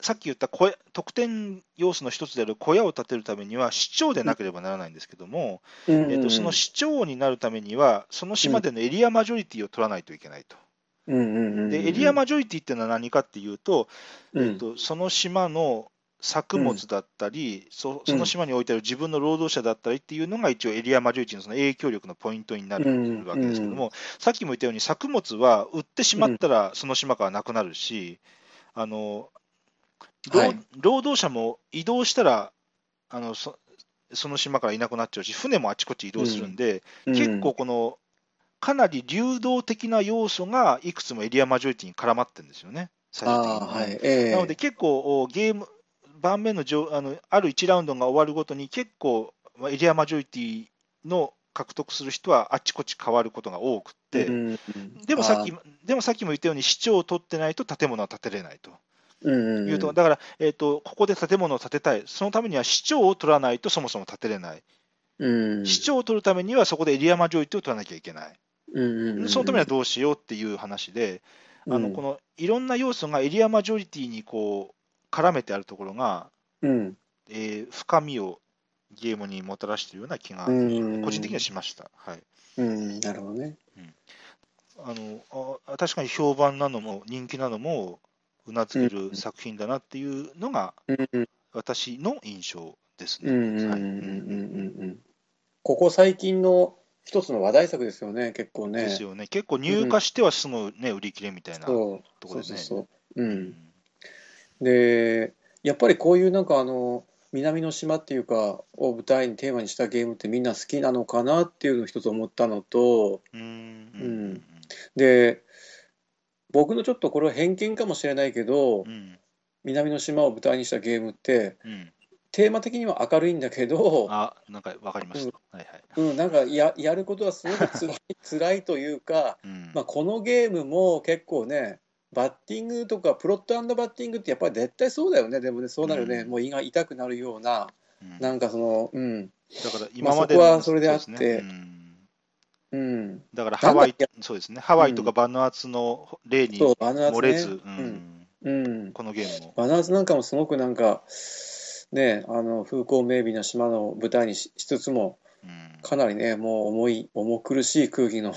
Speaker 2: さっき言った小屋得点要素の一つである小屋を建てるためには市長でなければならないんですけども、
Speaker 1: うん
Speaker 2: えー、とその市長になるためには、その島でのエリアマジョリティを取らないといけないと。
Speaker 1: うんうんうん、
Speaker 2: でエリアマジョリティっていうのは何かっていうと,、
Speaker 1: うん、
Speaker 2: えっとその島の作物だったり、そその島に置いてある自分の労働者だったりっていうのが一応エリアマジョリティのその影響力のポイントにな
Speaker 1: うん
Speaker 2: るわけですけども、さっきも言ったように作物は売ってしまったらその島からなくなるし、あの労
Speaker 1: はい
Speaker 2: 労働者も移動したらあのそその島からいなくなっちゃうし船もあちこち移動するんで、結構このかなり流動的な要素がいくつもエリアマジョリティに絡まってるんですよね、最終的に
Speaker 1: あ
Speaker 2: は
Speaker 1: あはいええ
Speaker 2: なので結構おゲーム盤面の上あのある1ラウンドが終わるごとに結構まあエリアマジョリティの獲得する人はあっちこっち変わることが多くって、
Speaker 1: うん
Speaker 2: でもさっきでもさっきも言ったように市長を取ってないと建物は建てれないと。
Speaker 1: うん
Speaker 2: いうと、だから、えーと、ここで建物を建てたい、そのためには市長を取らないとそもそも建てれない、
Speaker 1: うん
Speaker 2: 市長を取るためにはそこでエリアマジョリティを取らなきゃいけない、
Speaker 1: うんうん
Speaker 2: そのためには
Speaker 1: は
Speaker 2: どうしようっていう話で、あのこのいろんな要素がエリアマジョリティにこう絡めてあるところが、
Speaker 1: うん
Speaker 2: えー深みをゲームにもたらしているような気が、
Speaker 1: うん
Speaker 2: 個人的にはしました。はい
Speaker 1: うんなるほどね
Speaker 2: あのあ確かに評判なのも人気なのもうなずける作品だなっていうのが
Speaker 1: うんうん
Speaker 2: 私の印象ですね。
Speaker 1: うんうんうん
Speaker 2: はい
Speaker 1: うんうんうんここ最近の一つの話題作ですよね結構ね
Speaker 2: ですよね、結構入荷してはすぐ、ね、売り切れみたいなと
Speaker 1: そう
Speaker 2: ころですね。
Speaker 1: そうそうそうう
Speaker 2: うん
Speaker 1: んでやっぱりこういうなんかあの南の島っていうかを舞台にテーマにしたゲームってみんな好きなのかなっていうのを一つ思ったのと
Speaker 2: うん
Speaker 1: うんで僕のちょっとこれは偏見かもしれないけど
Speaker 2: うんうん
Speaker 1: 南の島を舞台にしたゲームって
Speaker 2: うん
Speaker 1: テーマ的には明るいんだけど、
Speaker 2: あなんかわかりました。はいはい
Speaker 1: うん、なんかややることはすごく 辛い辛いというか、
Speaker 2: うん
Speaker 1: まあ、このゲームも結構ねバッティングとかプロットバッティングってやっぱり絶対そうだよねでもねそうなるよね、
Speaker 2: うん
Speaker 1: もう胃が痛くなるような
Speaker 2: うん
Speaker 1: なんかそのうん、
Speaker 2: だから今まで
Speaker 1: まあそこはそれであって
Speaker 2: うすねうん
Speaker 1: うん、
Speaker 2: だからハワイ
Speaker 1: なんだっ、
Speaker 2: そうですね、ハワイとかバヌアツの例に
Speaker 1: そうバナー
Speaker 2: 漏
Speaker 1: ズ
Speaker 2: れず、
Speaker 1: ね、
Speaker 2: うん
Speaker 1: うんうん、
Speaker 2: このゲームも。
Speaker 1: バナーズなんかもすごくなんかねあの風光明媚な島の舞台にししつつも
Speaker 2: うん
Speaker 1: かなりねもう重い重苦しい空気の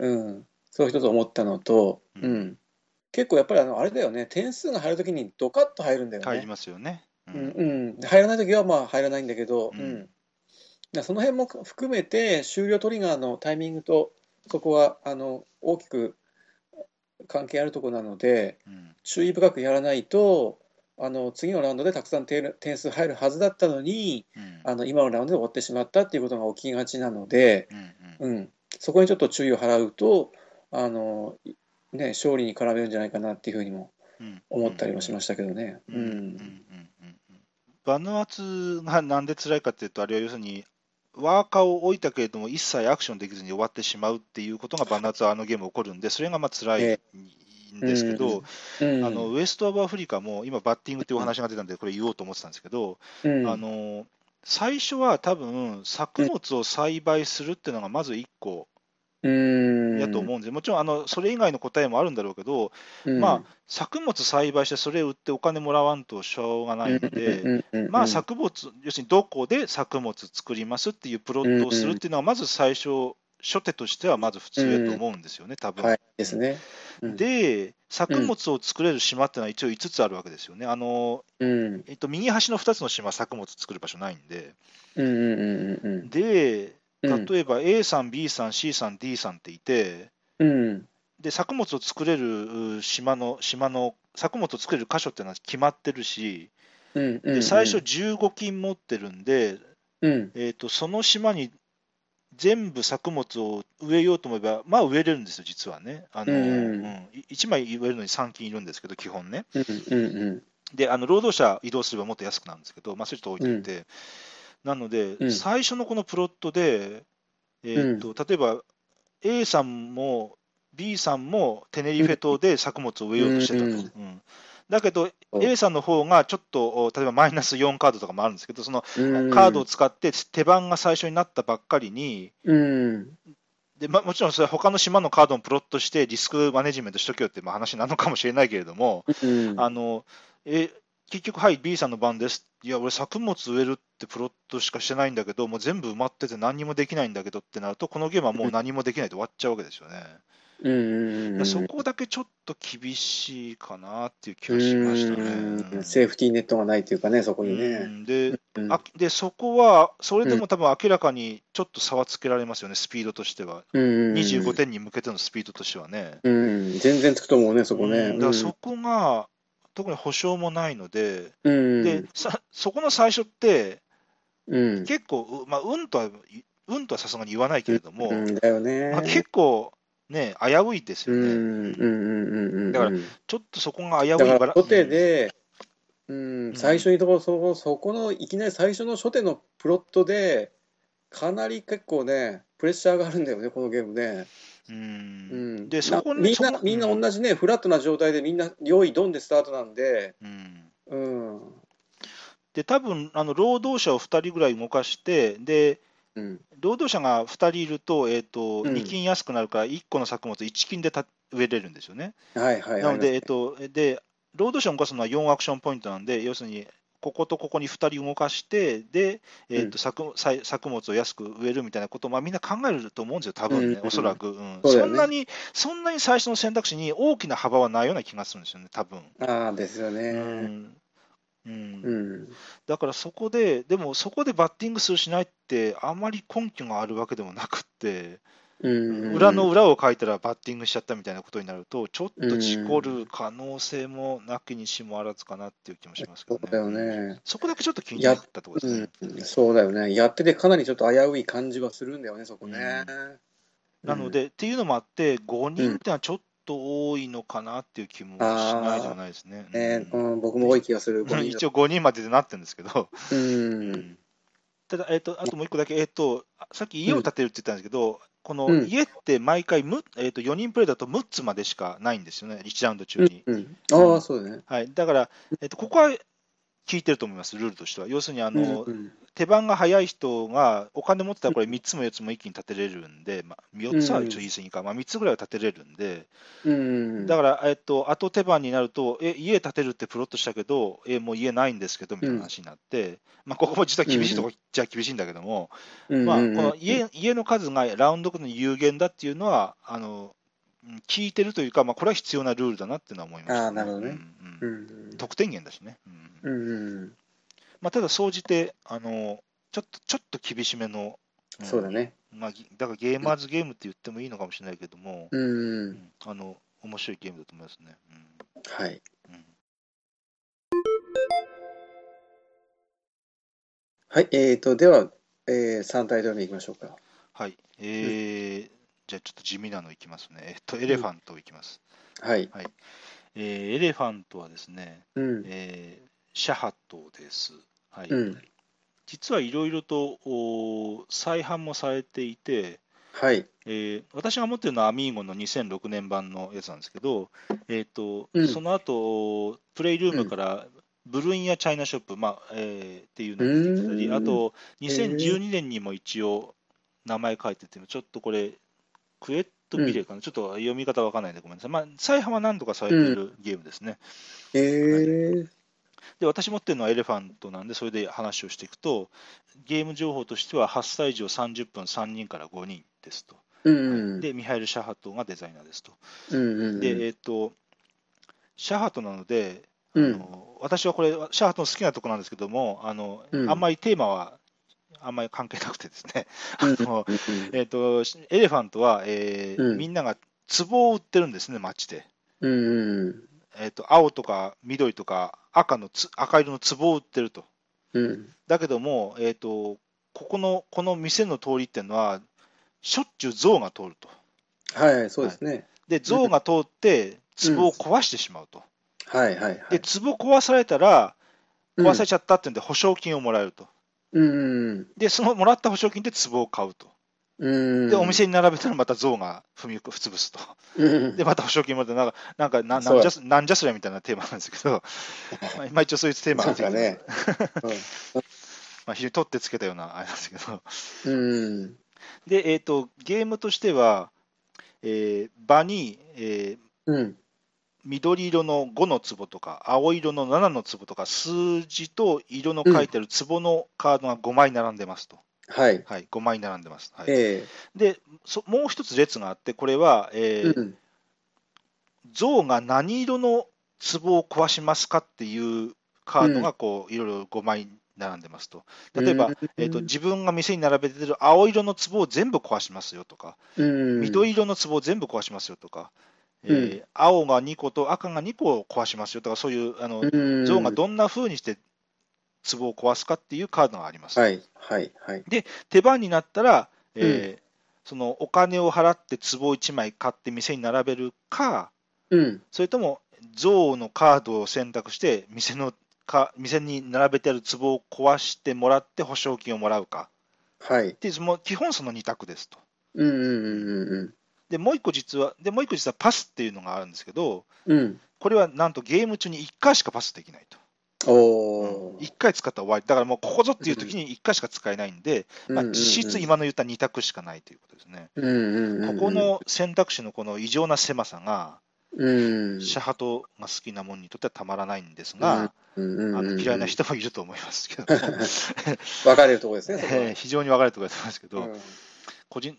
Speaker 2: うん
Speaker 1: うん、そう一つ思ったのと、
Speaker 2: う
Speaker 1: うんん結構やっぱりあのあれだよね点数が入るときにドカッと入るんだよ
Speaker 2: 入り
Speaker 1: ね。
Speaker 2: ますよね。う
Speaker 1: うんんうん、で入らないときはまあ入らないんだけど、
Speaker 2: う
Speaker 1: うんんでその辺も含めて終了トリガーのタイミングとそこはあの大きく関係あるとこなので
Speaker 2: うん
Speaker 1: 注意深くやらないとあの次のラウンドでたくさん点点数入るはずだったのに
Speaker 2: うん
Speaker 1: あの今のラウンドで終わってしまったっていうことが起きがちなので。
Speaker 2: うんうん
Speaker 1: うん、そこにちょっと注意を払うとあの、いね、勝利に絡めるんじゃないかなっていうふうにも
Speaker 2: うん
Speaker 1: 思ったりもしましたけどね。
Speaker 2: う
Speaker 1: うん
Speaker 2: うん
Speaker 1: ん
Speaker 2: うんうんバヌアツがなんで辛いかっていうと、あれは要するに、ワーカーを置いたけれども、一切アクションできずに終わってしまうっていうことがバヌアツはあのゲーム起こるんで、それがまあ辛いんですけど、
Speaker 1: うん
Speaker 2: あのウエスト・オブ・アフリカも、今、バッティングっていうお話が出たんで、これ言おうと思ってたんですけど、
Speaker 1: うん
Speaker 2: あの最初は多分作物を栽培するっていうのがまず1個
Speaker 1: うん
Speaker 2: やと思うんですよ、もちろんあのそれ以外の答えもあるんだろうけど、
Speaker 1: うん
Speaker 2: まあ、作物栽培してそれ売ってお金もらわんとしょうがないの
Speaker 1: う
Speaker 2: で、
Speaker 1: んうんうん
Speaker 2: まあ、作物、要するにどこで作物作りますっていうプロットをするっていうのは、まず最初、初手としてはまず普通やと思うんですよね、多分
Speaker 1: はいですね。うん、
Speaker 2: で、作物を作れる島っていうのは一応5つあるわけですよね。あの
Speaker 1: うん
Speaker 2: えっと、右端の2つの島、作物作る場所ないんで。
Speaker 1: うんうんうんうん
Speaker 2: で、
Speaker 1: うん
Speaker 2: 例えば A さん、B さん、C さん、D さんっていて、
Speaker 1: うん
Speaker 2: で作物を作れるう島の島の作物を作れる箇所っていうのは決まってるし、
Speaker 1: うんうん
Speaker 2: で最初15金持ってるんで、
Speaker 1: うん
Speaker 2: えー、とその島に全部作物を植えようと思えば、まあ植えれるんですよ、実はね。あの
Speaker 1: うん
Speaker 2: 1枚植えるのに3金いるんですけど、基本ね。
Speaker 1: うんうんうん
Speaker 2: で、あの労働者移動すればもっと安くなるんですけど、まあ、それちょっと置いといて、なので、
Speaker 1: うん
Speaker 2: 最初のこのプロットで、えーと例えば A さんも B さんもテネリフェ島で作物を植えようとしてたと。
Speaker 1: うん
Speaker 2: うんだけど
Speaker 1: そう
Speaker 2: A さんの方がちょっと例えばマイナス4カードとかもあるんですけどその
Speaker 1: うん
Speaker 2: カードを使って手番が最初になったばっかりに
Speaker 1: うん。
Speaker 2: でま、もちろんそれは他の島のカードもプロットしてリスクマネジメントしとけよってまあ話なのかもしれないけれども、
Speaker 1: うん。
Speaker 2: あのえ結局、はい、B さんの番です、いや、俺、作物植えるってプロットしかしてないんだけど、もう全部埋まってて何にもできないんだけどってなると、このゲームはもう何もできないで終わっちゃうわけですよね。
Speaker 1: うんうんうん
Speaker 2: そこだけちょっと厳しいかなっていう気がしました
Speaker 1: う
Speaker 2: ね。うんん
Speaker 1: セーフティーネットがないというかね、そこに
Speaker 2: う
Speaker 1: ね。
Speaker 2: んで
Speaker 1: うん
Speaker 2: あで、そこは、それでも多分明らかにちょっと差はつけられますよね、スピードとしては。
Speaker 1: うん
Speaker 2: 25点に向けてのスピードとしてはね。
Speaker 1: うん、全然つくと思うね、そこね。
Speaker 2: うんだ
Speaker 1: う
Speaker 2: から
Speaker 1: ん
Speaker 2: そこが、特に保証もないので、
Speaker 1: うん
Speaker 2: でさそこの最初って、
Speaker 1: うん、
Speaker 2: 結構、うまあ、運とは、運とはさすがに言わないけれども、
Speaker 1: うんだよね。
Speaker 2: まあ、結構ね、危ういです
Speaker 1: う
Speaker 2: よね、
Speaker 1: んうんうんうんうん。
Speaker 2: だからちょっとそこが危う
Speaker 1: だ
Speaker 2: い
Speaker 1: か
Speaker 2: バ
Speaker 1: ら
Speaker 2: ラ
Speaker 1: 初手
Speaker 2: うん
Speaker 1: で、うん
Speaker 2: ん
Speaker 1: 最初にところそこそこのいきなり最初の初手のプロットでかなり結構ねプレッシャーがあるんだよねこのゲームね。
Speaker 2: う
Speaker 1: う
Speaker 2: ん
Speaker 1: ん、
Speaker 2: でそこに
Speaker 1: なみん
Speaker 2: そ
Speaker 1: な
Speaker 2: こ
Speaker 1: みんな
Speaker 2: うん
Speaker 1: 同じねフラットな状態でみんな用意ドンでスタートなんで、
Speaker 2: うん
Speaker 1: うん
Speaker 2: で多分あの労働者を2人ぐらい動かして、で
Speaker 1: うん
Speaker 2: 労働者が2人いると,、えーと
Speaker 1: うん
Speaker 2: 2金安くなるから、1個の作物、1金でた植えれるんですよね。
Speaker 1: はいはいはい。
Speaker 2: なので、えっと、で、ロードションを動かすのは4アクションポイントなんで、要するに、こことここに2人動かして、で、え
Speaker 1: う
Speaker 2: っ
Speaker 1: ん
Speaker 2: と作さ作物を安く植えるみたいなことを、まあ、みんな考えると思うんですよ、多分
Speaker 1: う
Speaker 2: ね、
Speaker 1: ん
Speaker 2: おそらく、うん
Speaker 1: そうだよね
Speaker 2: んなに、そんなに最初の選択肢に大きな幅はないような気がするんですよね、多分
Speaker 1: ああですよ
Speaker 2: う
Speaker 1: ね。
Speaker 2: んうん
Speaker 1: うん
Speaker 2: だからそこで、でもそこでバッティングするしないって、あまり根拠があるわけでもなくって、
Speaker 1: うん
Speaker 2: 裏の裏を書いたらバッティングしちゃったみたいなことになると、ちょっと事故る可能性もなきにしもあらずかなっていう気もしますけ
Speaker 1: そ
Speaker 2: ど
Speaker 1: う
Speaker 2: ね。
Speaker 1: だよね。
Speaker 2: そこだけちょっと気になったところですね。
Speaker 1: うん、そうだよね。やっててかなりちょっと危うい感じはするんだよね、そこね。
Speaker 2: なので、っていうのもあって、5人ってのはちょっと多いのかなっていう気もしないじゃないですね。
Speaker 1: うん、ね、
Speaker 2: うん
Speaker 1: うん、僕も多い気がする。
Speaker 2: うん 一応5人まででなってるんですけど、
Speaker 1: うん、
Speaker 2: ただ、えっと、あともう一個だけ、えっと、さっき家を建てるって言ったんですけど、この
Speaker 1: うん
Speaker 2: 家って毎回む、えっと、4人プレイだと6つまでしかないんですよね、1ラウンド中に。
Speaker 1: うん、ああ、そうだね。
Speaker 2: はい、だから、えっと、ここは聞いてると思います、ルールとしては。要するにあの、
Speaker 1: うん
Speaker 2: 手番が早い人がお金持ってたらこれ3つも4つも一気に立てれるんで、まあ、4つはちょっと言い過ぎか、まあ、3つぐらいは立てれるんで、
Speaker 1: うん、
Speaker 2: だ
Speaker 1: か
Speaker 2: から、えっと、後手番になると、え、家建てるってプロットしたけど、え、もう家ないんですけどみたいな話になって、まあ、ここも実は厳しいとこじゃ厳しいんだけども、
Speaker 1: ら、
Speaker 2: まあ、この家家の数がラウンドごとに有限だっていうのは、あのうん聞いてるというか、まあ、これは必要なルールだなっていうのは思いました、
Speaker 1: あーなるほどね
Speaker 2: うんうん
Speaker 1: うん、
Speaker 2: 得点源だしね、うん
Speaker 1: うん、
Speaker 2: まあ、ただ総じてあのちょっとちょっと厳しめの、ん
Speaker 1: そうだね。
Speaker 2: まあ、ぎだからゲーマーズゲームって言ってもいいのかもしれないけども、
Speaker 1: う、
Speaker 2: うんんあの面白いゲームだと思いますね。
Speaker 1: はい。
Speaker 2: うんうん
Speaker 1: はい、えっ、ー、と、では、えー、三タイトル目いきましょうか。
Speaker 2: はいえーじゃあちょっと地味なのいきますね。えっと、エレファントいきます。
Speaker 1: はい。
Speaker 2: えーエレファントはですね、
Speaker 1: うん、
Speaker 2: えーシャハトです。はい
Speaker 1: うん、
Speaker 2: 実はいろいろとおー再販もされていて、
Speaker 1: はい。
Speaker 2: えー私が持ってるのはアミーゴの2006年版のやつなんですけど、えーと
Speaker 1: うん
Speaker 2: その後プレイルームからブルーインやチャイナショップ、まあえーっていうのが出てた
Speaker 1: う
Speaker 2: り、
Speaker 1: ーん
Speaker 2: あと2012年にも一応名前書いてて、ちょっとこれ、クエットビレかな、ちょっと読み方わかんないんでごめんなさい、まあ、再販は何度かされているゲームですね。
Speaker 1: えー、
Speaker 2: で私持ってるのはエレファントなんで、それで話をしていくと、ゲーム情報としては8歳以上30分3人から5人ですと。
Speaker 1: うん、
Speaker 2: で、ミハイル・シャハトがデザイナーですと。
Speaker 1: うん、
Speaker 2: で、えっと、シャハトなので、あ
Speaker 1: うん
Speaker 2: の私はこれ、シャハトの好きなところなんですけども、あの
Speaker 1: うん
Speaker 2: あんまりテーマはあんまり関係なくてですね、あ
Speaker 1: うん
Speaker 2: のえっとエレファントは、えー
Speaker 1: うん
Speaker 2: みんなが壺を売ってるんですね、街で。
Speaker 1: うん、うん、
Speaker 2: えっと青とか緑とか赤のつ赤色の壺を売ってると。
Speaker 1: うん、
Speaker 2: だけども、えっとここのこの店の通りっていうのは、しょっちゅう象が通ると。
Speaker 1: はいはい、そうですね。
Speaker 2: で、象が通って、壺を壊してしまうと。
Speaker 1: はいはいはい。
Speaker 2: で、壺壊されたら、
Speaker 1: うん
Speaker 2: 壊されちゃったっていうんで、保証金をもらえると。
Speaker 1: うんうん
Speaker 2: で、そのもらった保証金で壺を買うと。
Speaker 1: うんうん。
Speaker 2: で、お店に並べたらまた象が踏み潰すと。
Speaker 1: うん。
Speaker 2: で、また保証金もらって、なんか、なんかななんじゃす、なんじゃそりゃみたいなテーマなんですけ ど、まあまあ一応そういうテーマ
Speaker 1: な
Speaker 2: が
Speaker 1: ん
Speaker 2: ついて
Speaker 1: か
Speaker 2: て、
Speaker 1: ね。
Speaker 2: まあ、非常に取ってつけたようなあれなんですけど。
Speaker 1: うん。
Speaker 2: で、えっ、と、ゲームとしては、えー場に、えー
Speaker 1: うん。
Speaker 2: 緑色の5の壺とか、青色の7の壺とか、数字と色の書いてある壺のカードが5枚並んでますと。
Speaker 1: はい。
Speaker 2: はい、5枚並んでます。はい、
Speaker 1: え
Speaker 2: でそ、もう一つ列があって、これは、え
Speaker 1: え。
Speaker 2: ー
Speaker 1: うん。
Speaker 2: 象が何色の壺を壊しますかっていうカードがこう、いろいろ5枚並んでますと。例えば、
Speaker 1: うん
Speaker 2: えーと、自分が店に並べてる青色の壺を全部壊しますよとか、
Speaker 1: うん。
Speaker 2: 緑色の壺を全部壊しますよとか、え
Speaker 1: うん
Speaker 2: ー青が2個と赤が2個を壊しますよとか、そういうあの、
Speaker 1: うん。
Speaker 2: 象がどんな風にして壺を壊すかっていうカードがあります。
Speaker 1: はい。はい。はい。
Speaker 2: 手番になったら、えーそのお金を払って壺1枚買って店に並べるか、
Speaker 1: うん。
Speaker 2: それとも象のカードを選択して店のか、店に並べてある壺を壊してもらって保証金をもらうか
Speaker 1: はい。
Speaker 2: っていう、もう基本その2択ですと。
Speaker 1: うん。うん。
Speaker 2: で、もう一個実は、でもう一個実はパスっていうのがあるんですけど、
Speaker 1: うん。うん。
Speaker 2: これはなんとゲーム中に1回しかパスできないと。
Speaker 1: おー
Speaker 2: 1回使ったら終わり、だからもうここぞっていう時に1回しか使えないんで、まあ、実質、今の言った2択しかないということですね。
Speaker 1: うんうんうんうん、
Speaker 2: ここの選択肢のこの異常な狭さが、
Speaker 1: うん、
Speaker 2: シャハトが好きなもんにとってはたまらないんですが、
Speaker 1: うんうんうんうん
Speaker 2: あの嫌いな人もいると思います けど、
Speaker 1: 分かれるところですね、そこは
Speaker 2: えー非常に分かれてくれてますけ
Speaker 1: う
Speaker 2: ど、
Speaker 1: ん
Speaker 2: 個人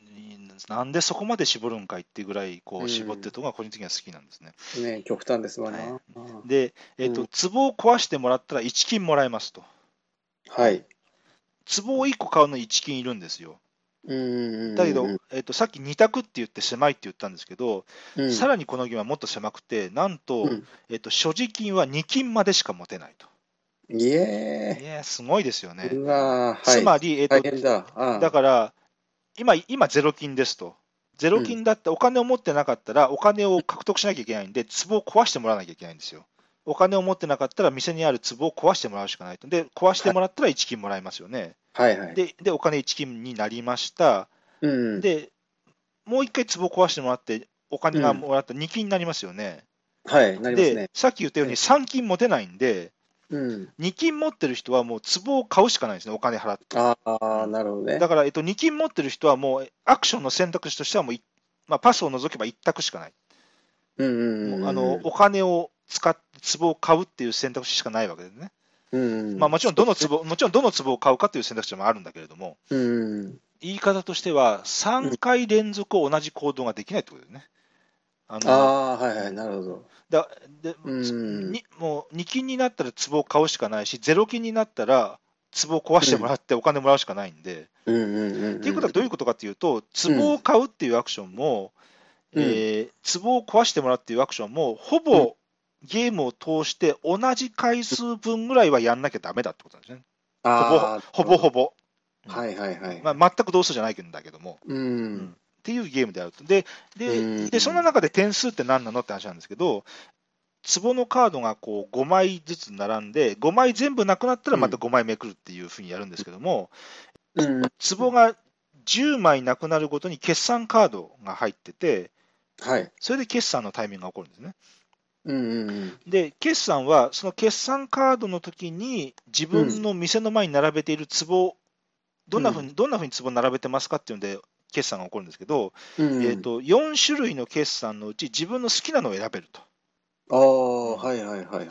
Speaker 2: なんでそこまで絞るんかいっていうぐらいこ
Speaker 1: う
Speaker 2: うん絞ってるところが個人的には好きなんですね。
Speaker 1: ね、極端ですわな、
Speaker 2: は
Speaker 1: うん
Speaker 2: で、えーと
Speaker 1: うん
Speaker 2: 壺を壊してもらったら1金もらえますと。
Speaker 1: はい、
Speaker 2: 壺を1個買うのに1金いるんですよ。
Speaker 1: うんうんうんうん
Speaker 2: だけど、えっと、さっき2択って言って狭いって言ったんですけど、
Speaker 1: うん
Speaker 2: さらにこのゲームはもっと狭くて、なんと、
Speaker 1: うん
Speaker 2: えっと、所持金は2金までしか持てないと。
Speaker 1: いえ
Speaker 2: いやーすごいですよね。
Speaker 1: ーうわー
Speaker 2: つ
Speaker 1: は
Speaker 2: まり、えっ
Speaker 1: い、大
Speaker 2: と
Speaker 1: 変だ、ああ
Speaker 2: だから今、今、ゼロ金ですと。ゼロ金だってお金を持ってなかったら、お金を獲得しなきゃいけないんで、壺を壊してもらわなきゃいけないんですよ。お金を持ってなかったら、店にある壺を壊してもらうしかないと。で、壊してもらったら1金もらえますよね。
Speaker 1: はいはい、
Speaker 2: で、でお金1金になりました。
Speaker 1: うん、
Speaker 2: で、もう一回壺壊してもらって、お金がもらった2金になりますよね。
Speaker 1: はい、なります
Speaker 2: で
Speaker 1: ね、、
Speaker 2: さっき言ったよう
Speaker 1: え
Speaker 2: に
Speaker 1: え
Speaker 2: 3金持てないんで、
Speaker 1: うん、
Speaker 2: 2金持ってる人はもう壺を買うしかないんですね、お金払って。
Speaker 1: ああ、なるほどね
Speaker 2: だ、から、えっと、2金持ってる人はもうアクションの選択肢としてはもうい、まあ、パスを除けば1択しかない。
Speaker 1: うんうんうん、
Speaker 2: もうあのお金を使って壺を買うっていう選択肢しかないわけですね。
Speaker 1: うん、
Speaker 2: まあ、もちろんどの壺、もちろんどの壺を買うかという選択肢もあるんだけれども、
Speaker 1: うん、
Speaker 2: 言い方としては、3回連続同じ行動ができないってことですね。あの
Speaker 1: ああー、はいはい、なるほど、
Speaker 2: だで、
Speaker 1: うん
Speaker 2: にもう2金になったら壺を買うしかないし、0金になったら壺を壊してもらってお金もらうしかないんで。
Speaker 1: うんうんうん、うん、
Speaker 2: っていうことはどういうことかというと、壺を買うっていうアクションも、
Speaker 1: うん
Speaker 2: えー壺を壊してもらうっていうアクションも、ほぼゲームを通して同じ回数分ぐらいはやんなきゃダメだってことなんですね。
Speaker 1: あー
Speaker 2: ほぼほぼ。
Speaker 1: はいはいはい、
Speaker 2: まあ、全く同数じゃないんだけども。
Speaker 1: うん、
Speaker 2: っていうゲームであると。で、
Speaker 1: う
Speaker 2: で
Speaker 1: ん
Speaker 2: でそんな中で点数って何なのって話なんですけど、壺のカードがこう5枚ずつ並んで、5枚全部なくなったらまた5枚めくるっていうふうにやるんですけども、
Speaker 1: うん、
Speaker 2: 壺が10枚なくなるごとに決算カードが入ってて、
Speaker 1: はい、
Speaker 2: それで決算のタイミングが起こるんですね。
Speaker 1: うんうんうん、
Speaker 2: で、決算は、その決算カードの時に、自分の店の前に並べている壺を、どんなふうに、どんなふうに壺を並べてますかっていうので、決算が起こるんですけど、
Speaker 1: うん
Speaker 2: えー、と4種類の決算のうち、自分の好きなのを選べると。
Speaker 1: ああ、はいはいはいはい。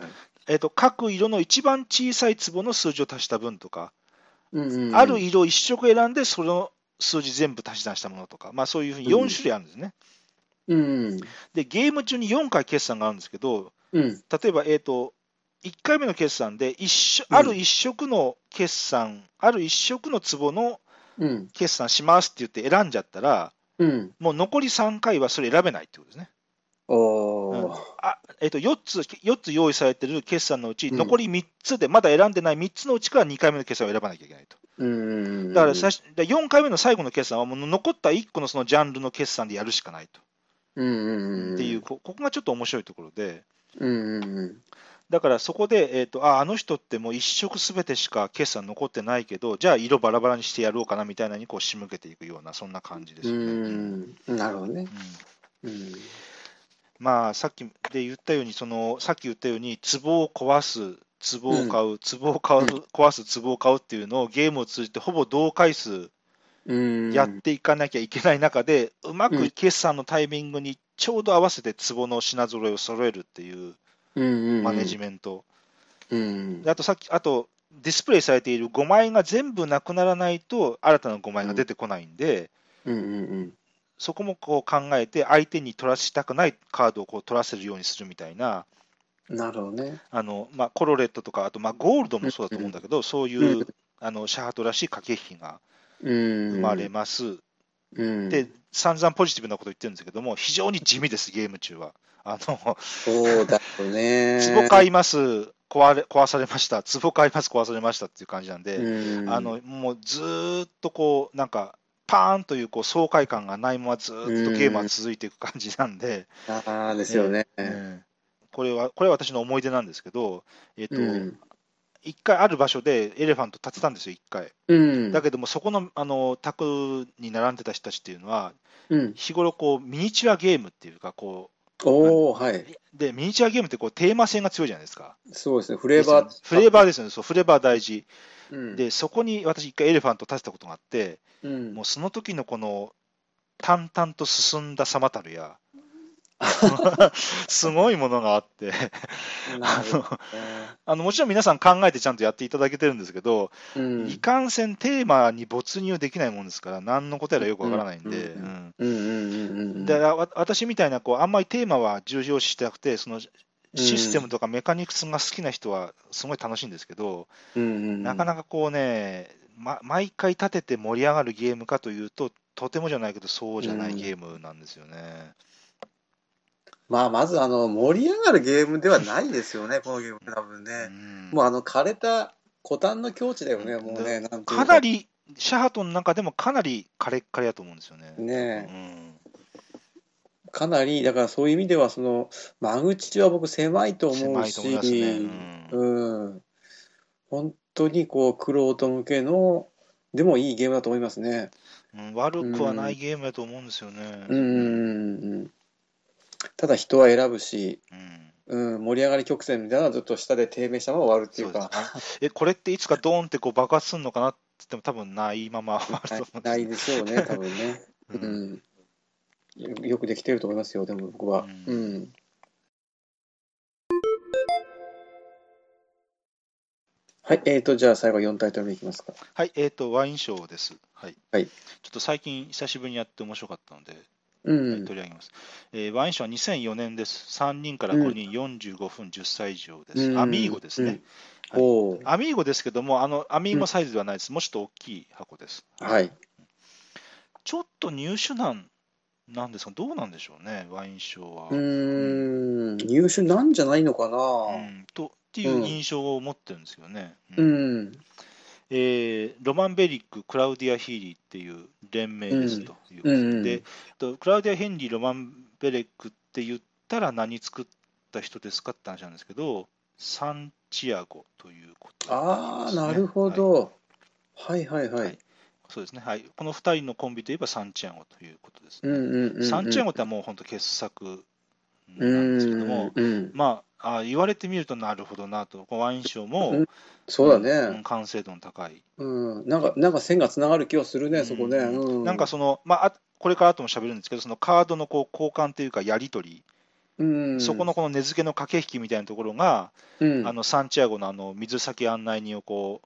Speaker 2: えー、と各色の一番小さい壺の数字を足した分とか、
Speaker 1: うんうんうん
Speaker 2: ある色1色選んで、その数字全部足し算したものとか、まあ、そういうふうに4種類あるんですね。
Speaker 1: うん
Speaker 2: で、ゲーム中に4回決算があるんですけど、
Speaker 1: うん
Speaker 2: 例えば、えー、と1回目の決算で一緒、
Speaker 1: うん
Speaker 2: ある1色の決算、ある1色の壺の
Speaker 1: うん
Speaker 2: 決算しますって言って選んじゃったら、
Speaker 1: うん
Speaker 2: もう残り3回はそれ選べないってことですね。
Speaker 1: おー
Speaker 2: あえっと、4つ、4つ用意されてる決算のうち、
Speaker 1: うん
Speaker 2: 残り3つで、まだ選んでない3つのうちから2回目の決算を選ばなきゃいけないと。
Speaker 1: うん
Speaker 2: だから最初、だから4回目の最後の決算は、もう残った1個のそのジャンルの決算でやるしかないと。
Speaker 1: うんうんうん
Speaker 2: っていう、こここがちょっと面白いところで、
Speaker 1: うんうんうん
Speaker 2: だからそこで、えーと、あ、あの人ってもう一色すべてしか決算残ってないけど、じゃあ色バラバラにしてやろうかなみたいなのにこう仕向けていくような、そんな感じですよね。うん
Speaker 1: うん、なるほどね。うん、
Speaker 2: まあ、さっきで言ったように、そのさっき言ったように、壺を壊す、壺を買う、壺を買う、
Speaker 1: うん
Speaker 2: 壊す、壺を買うっていうのをゲームを通じてほぼ同回数
Speaker 1: うん、
Speaker 2: やっていかなきゃいけない中で、うまく決算のタイミングにちょうど合わせて壺の品揃えを揃えるっていうマ
Speaker 1: マ
Speaker 2: ネジ
Speaker 1: メ
Speaker 2: メント、
Speaker 1: ント。うん
Speaker 2: であとさっき、あとディスプレイされている5枚が全部なくならないと、新たな5枚が出てこないんで、
Speaker 1: うんうん
Speaker 2: そこもこう考えて、相手に取らせたくないカードをこう取らせるようにするみたいな。
Speaker 1: うん、なるほどね。
Speaker 2: あのまあ、コロレットとか、あとまあゴールドもそうだと思うんだけど、そういう、
Speaker 1: うん
Speaker 2: あのシャハトらしい駆け引きが
Speaker 1: うん、
Speaker 2: 生まれます、
Speaker 1: うん、
Speaker 2: で、散々ポジティブなこと言ってるんですけども、非常に地味です、ゲーム中は。あの
Speaker 1: そうだよね。
Speaker 2: 壺買います、壊れ壊されました、壺買います、壊されました っていう感じなんで、
Speaker 1: うん、
Speaker 2: あのもうずーっとこう、なんか、パーンというこう爽快感がないままずーっとゲームは続いていく感じなんで。
Speaker 1: ああですよね。
Speaker 2: うんこれはこれは私の思い出なんですけど、えっと
Speaker 1: うん
Speaker 2: 一回ある場所でエレファント立てたんですよ、一回。
Speaker 1: うん、
Speaker 2: だけども、そこのあの宅に並んでた人たちっていうのは、
Speaker 1: うん、
Speaker 2: 日頃こう、ミニチュアゲームっていうかこ
Speaker 1: おおはい、
Speaker 2: う、でミニチュアゲームってこうテーマ性が強いじゃないですか。
Speaker 1: そうですね。フレーバー、
Speaker 2: フレーバーですよね、そうフレーバー大事。
Speaker 1: うん、
Speaker 2: で、そこに私、一回エレファント立てたことがあって、
Speaker 1: うん、
Speaker 2: もうその時のこの淡々と進んだ様た るや、すごいものがあって、
Speaker 1: なるほど
Speaker 2: あのもちろん皆さん考えてちゃんとやっていただけてるんですけど、
Speaker 1: ね
Speaker 2: いかんせんテーマに没入できないもんですから、何のことやらよくわからないんで、
Speaker 1: うん
Speaker 2: うん
Speaker 1: うん、うん、うん、うん、うん、
Speaker 2: だからわ私みたいなこう、あんまりテーマは重要視してなくて、そのシステム
Speaker 1: と、
Speaker 2: とかメカニクスが好きな人はすごい楽しいんですけど、
Speaker 1: うんうん、
Speaker 2: なか
Speaker 1: か、
Speaker 2: なかこうね、ま、毎回立てて盛り上がるゲームかというと、とてもじゃないけど、そうじゃないゲームなんですよね。
Speaker 1: まあまずあの盛り上がるゲームではないですよね。このゲーム多分ね、
Speaker 2: うん
Speaker 1: もうあの枯れた古典の境地だよね。もうね、なんていう
Speaker 2: かなり、シャハトの中でもかなりカレッカレだと思うんですよね。
Speaker 1: ね
Speaker 2: う
Speaker 1: え
Speaker 2: ん
Speaker 1: かなりだからそういう意味ではその間口は僕狭いと思う
Speaker 2: 狭い
Speaker 1: し
Speaker 2: と思いますね。うん
Speaker 1: うん、本当にこう、玄人向けの、でもいいゲームだと思いますね。
Speaker 2: うん悪くはないゲームだと思うんですよね。
Speaker 1: うんうんうんうん。ただ人は選ぶし、
Speaker 2: うん
Speaker 1: うん、盛り上がり曲線みたいなのはずっと下で低迷したまま終わるってい
Speaker 2: そううですね
Speaker 1: か、
Speaker 2: え、これっていつかドーンってこう爆発するのかなって言っても、多分ないまま終わると思うん
Speaker 1: な
Speaker 2: です
Speaker 1: いでしょう ね、多分ね。
Speaker 2: う
Speaker 1: うんん。よよくできてると思いますよ、でも僕は。
Speaker 2: う
Speaker 1: うんん。はい、えーと、じゃあ最後4タイトル目いきますか。
Speaker 2: はい、えっ、と、ワインショーです。はい。
Speaker 1: はい
Speaker 2: ちょっと最近、久しぶりにやって面白かったので、
Speaker 1: う
Speaker 2: はい
Speaker 1: ん。
Speaker 2: 取り上げます、えーワインショーは2004年です。3人から5人、45分、10歳以上です。
Speaker 1: うん
Speaker 2: アミーゴですね。
Speaker 1: うんおー
Speaker 2: アミーゴですけども、あのアミーゴサイズではないです。もうちょっと大きい箱です。
Speaker 1: はい。
Speaker 2: ちょっと入手難なんですが、どうなんでしょうね、ワインショーは。
Speaker 1: うーん、入手なんじゃないのか
Speaker 2: う
Speaker 1: な。
Speaker 2: んとっていう印象を持ってるんですよね。
Speaker 1: う
Speaker 2: うん
Speaker 1: ん、
Speaker 2: えーロマン・ベリック、クラウディア・ヒーリーっていう連名ですということで,、
Speaker 1: うんうんうん
Speaker 2: えっとクラウディア・ヘンリー、ロマン・ベリックって言ったら何作った人ですかって話なんですけど、サンチアゴということに
Speaker 1: あ
Speaker 2: りま
Speaker 1: あ、
Speaker 2: すね
Speaker 1: なるほ
Speaker 2: はい
Speaker 1: ど。はいはいは
Speaker 2: はいい。そうですね、はい、この2人のコンビといえばサンチアゴということです、ね
Speaker 1: うんうんうんうん。
Speaker 2: サンチア
Speaker 1: ゴ
Speaker 2: ゴってもう本当傑作
Speaker 1: う
Speaker 2: なんですけども
Speaker 1: ん、うん。
Speaker 2: まあ、あ言われてみるとなるほどなと、こうワインショーも、
Speaker 1: うんそうだ
Speaker 2: ん
Speaker 1: ね。
Speaker 2: 完成度の高い。
Speaker 1: うん。なんか、なんか線がつながる気はするね、そこね。
Speaker 2: うん
Speaker 1: うん。
Speaker 2: なんかその、まあ、あこれから後も喋るんですけど、そのカードのこう交換というか、やり取り、
Speaker 1: うん。
Speaker 2: そこのこの根付けの駆け引きみたいなところが、
Speaker 1: うん、
Speaker 2: あのサンチアゴのあの水先案内人をこ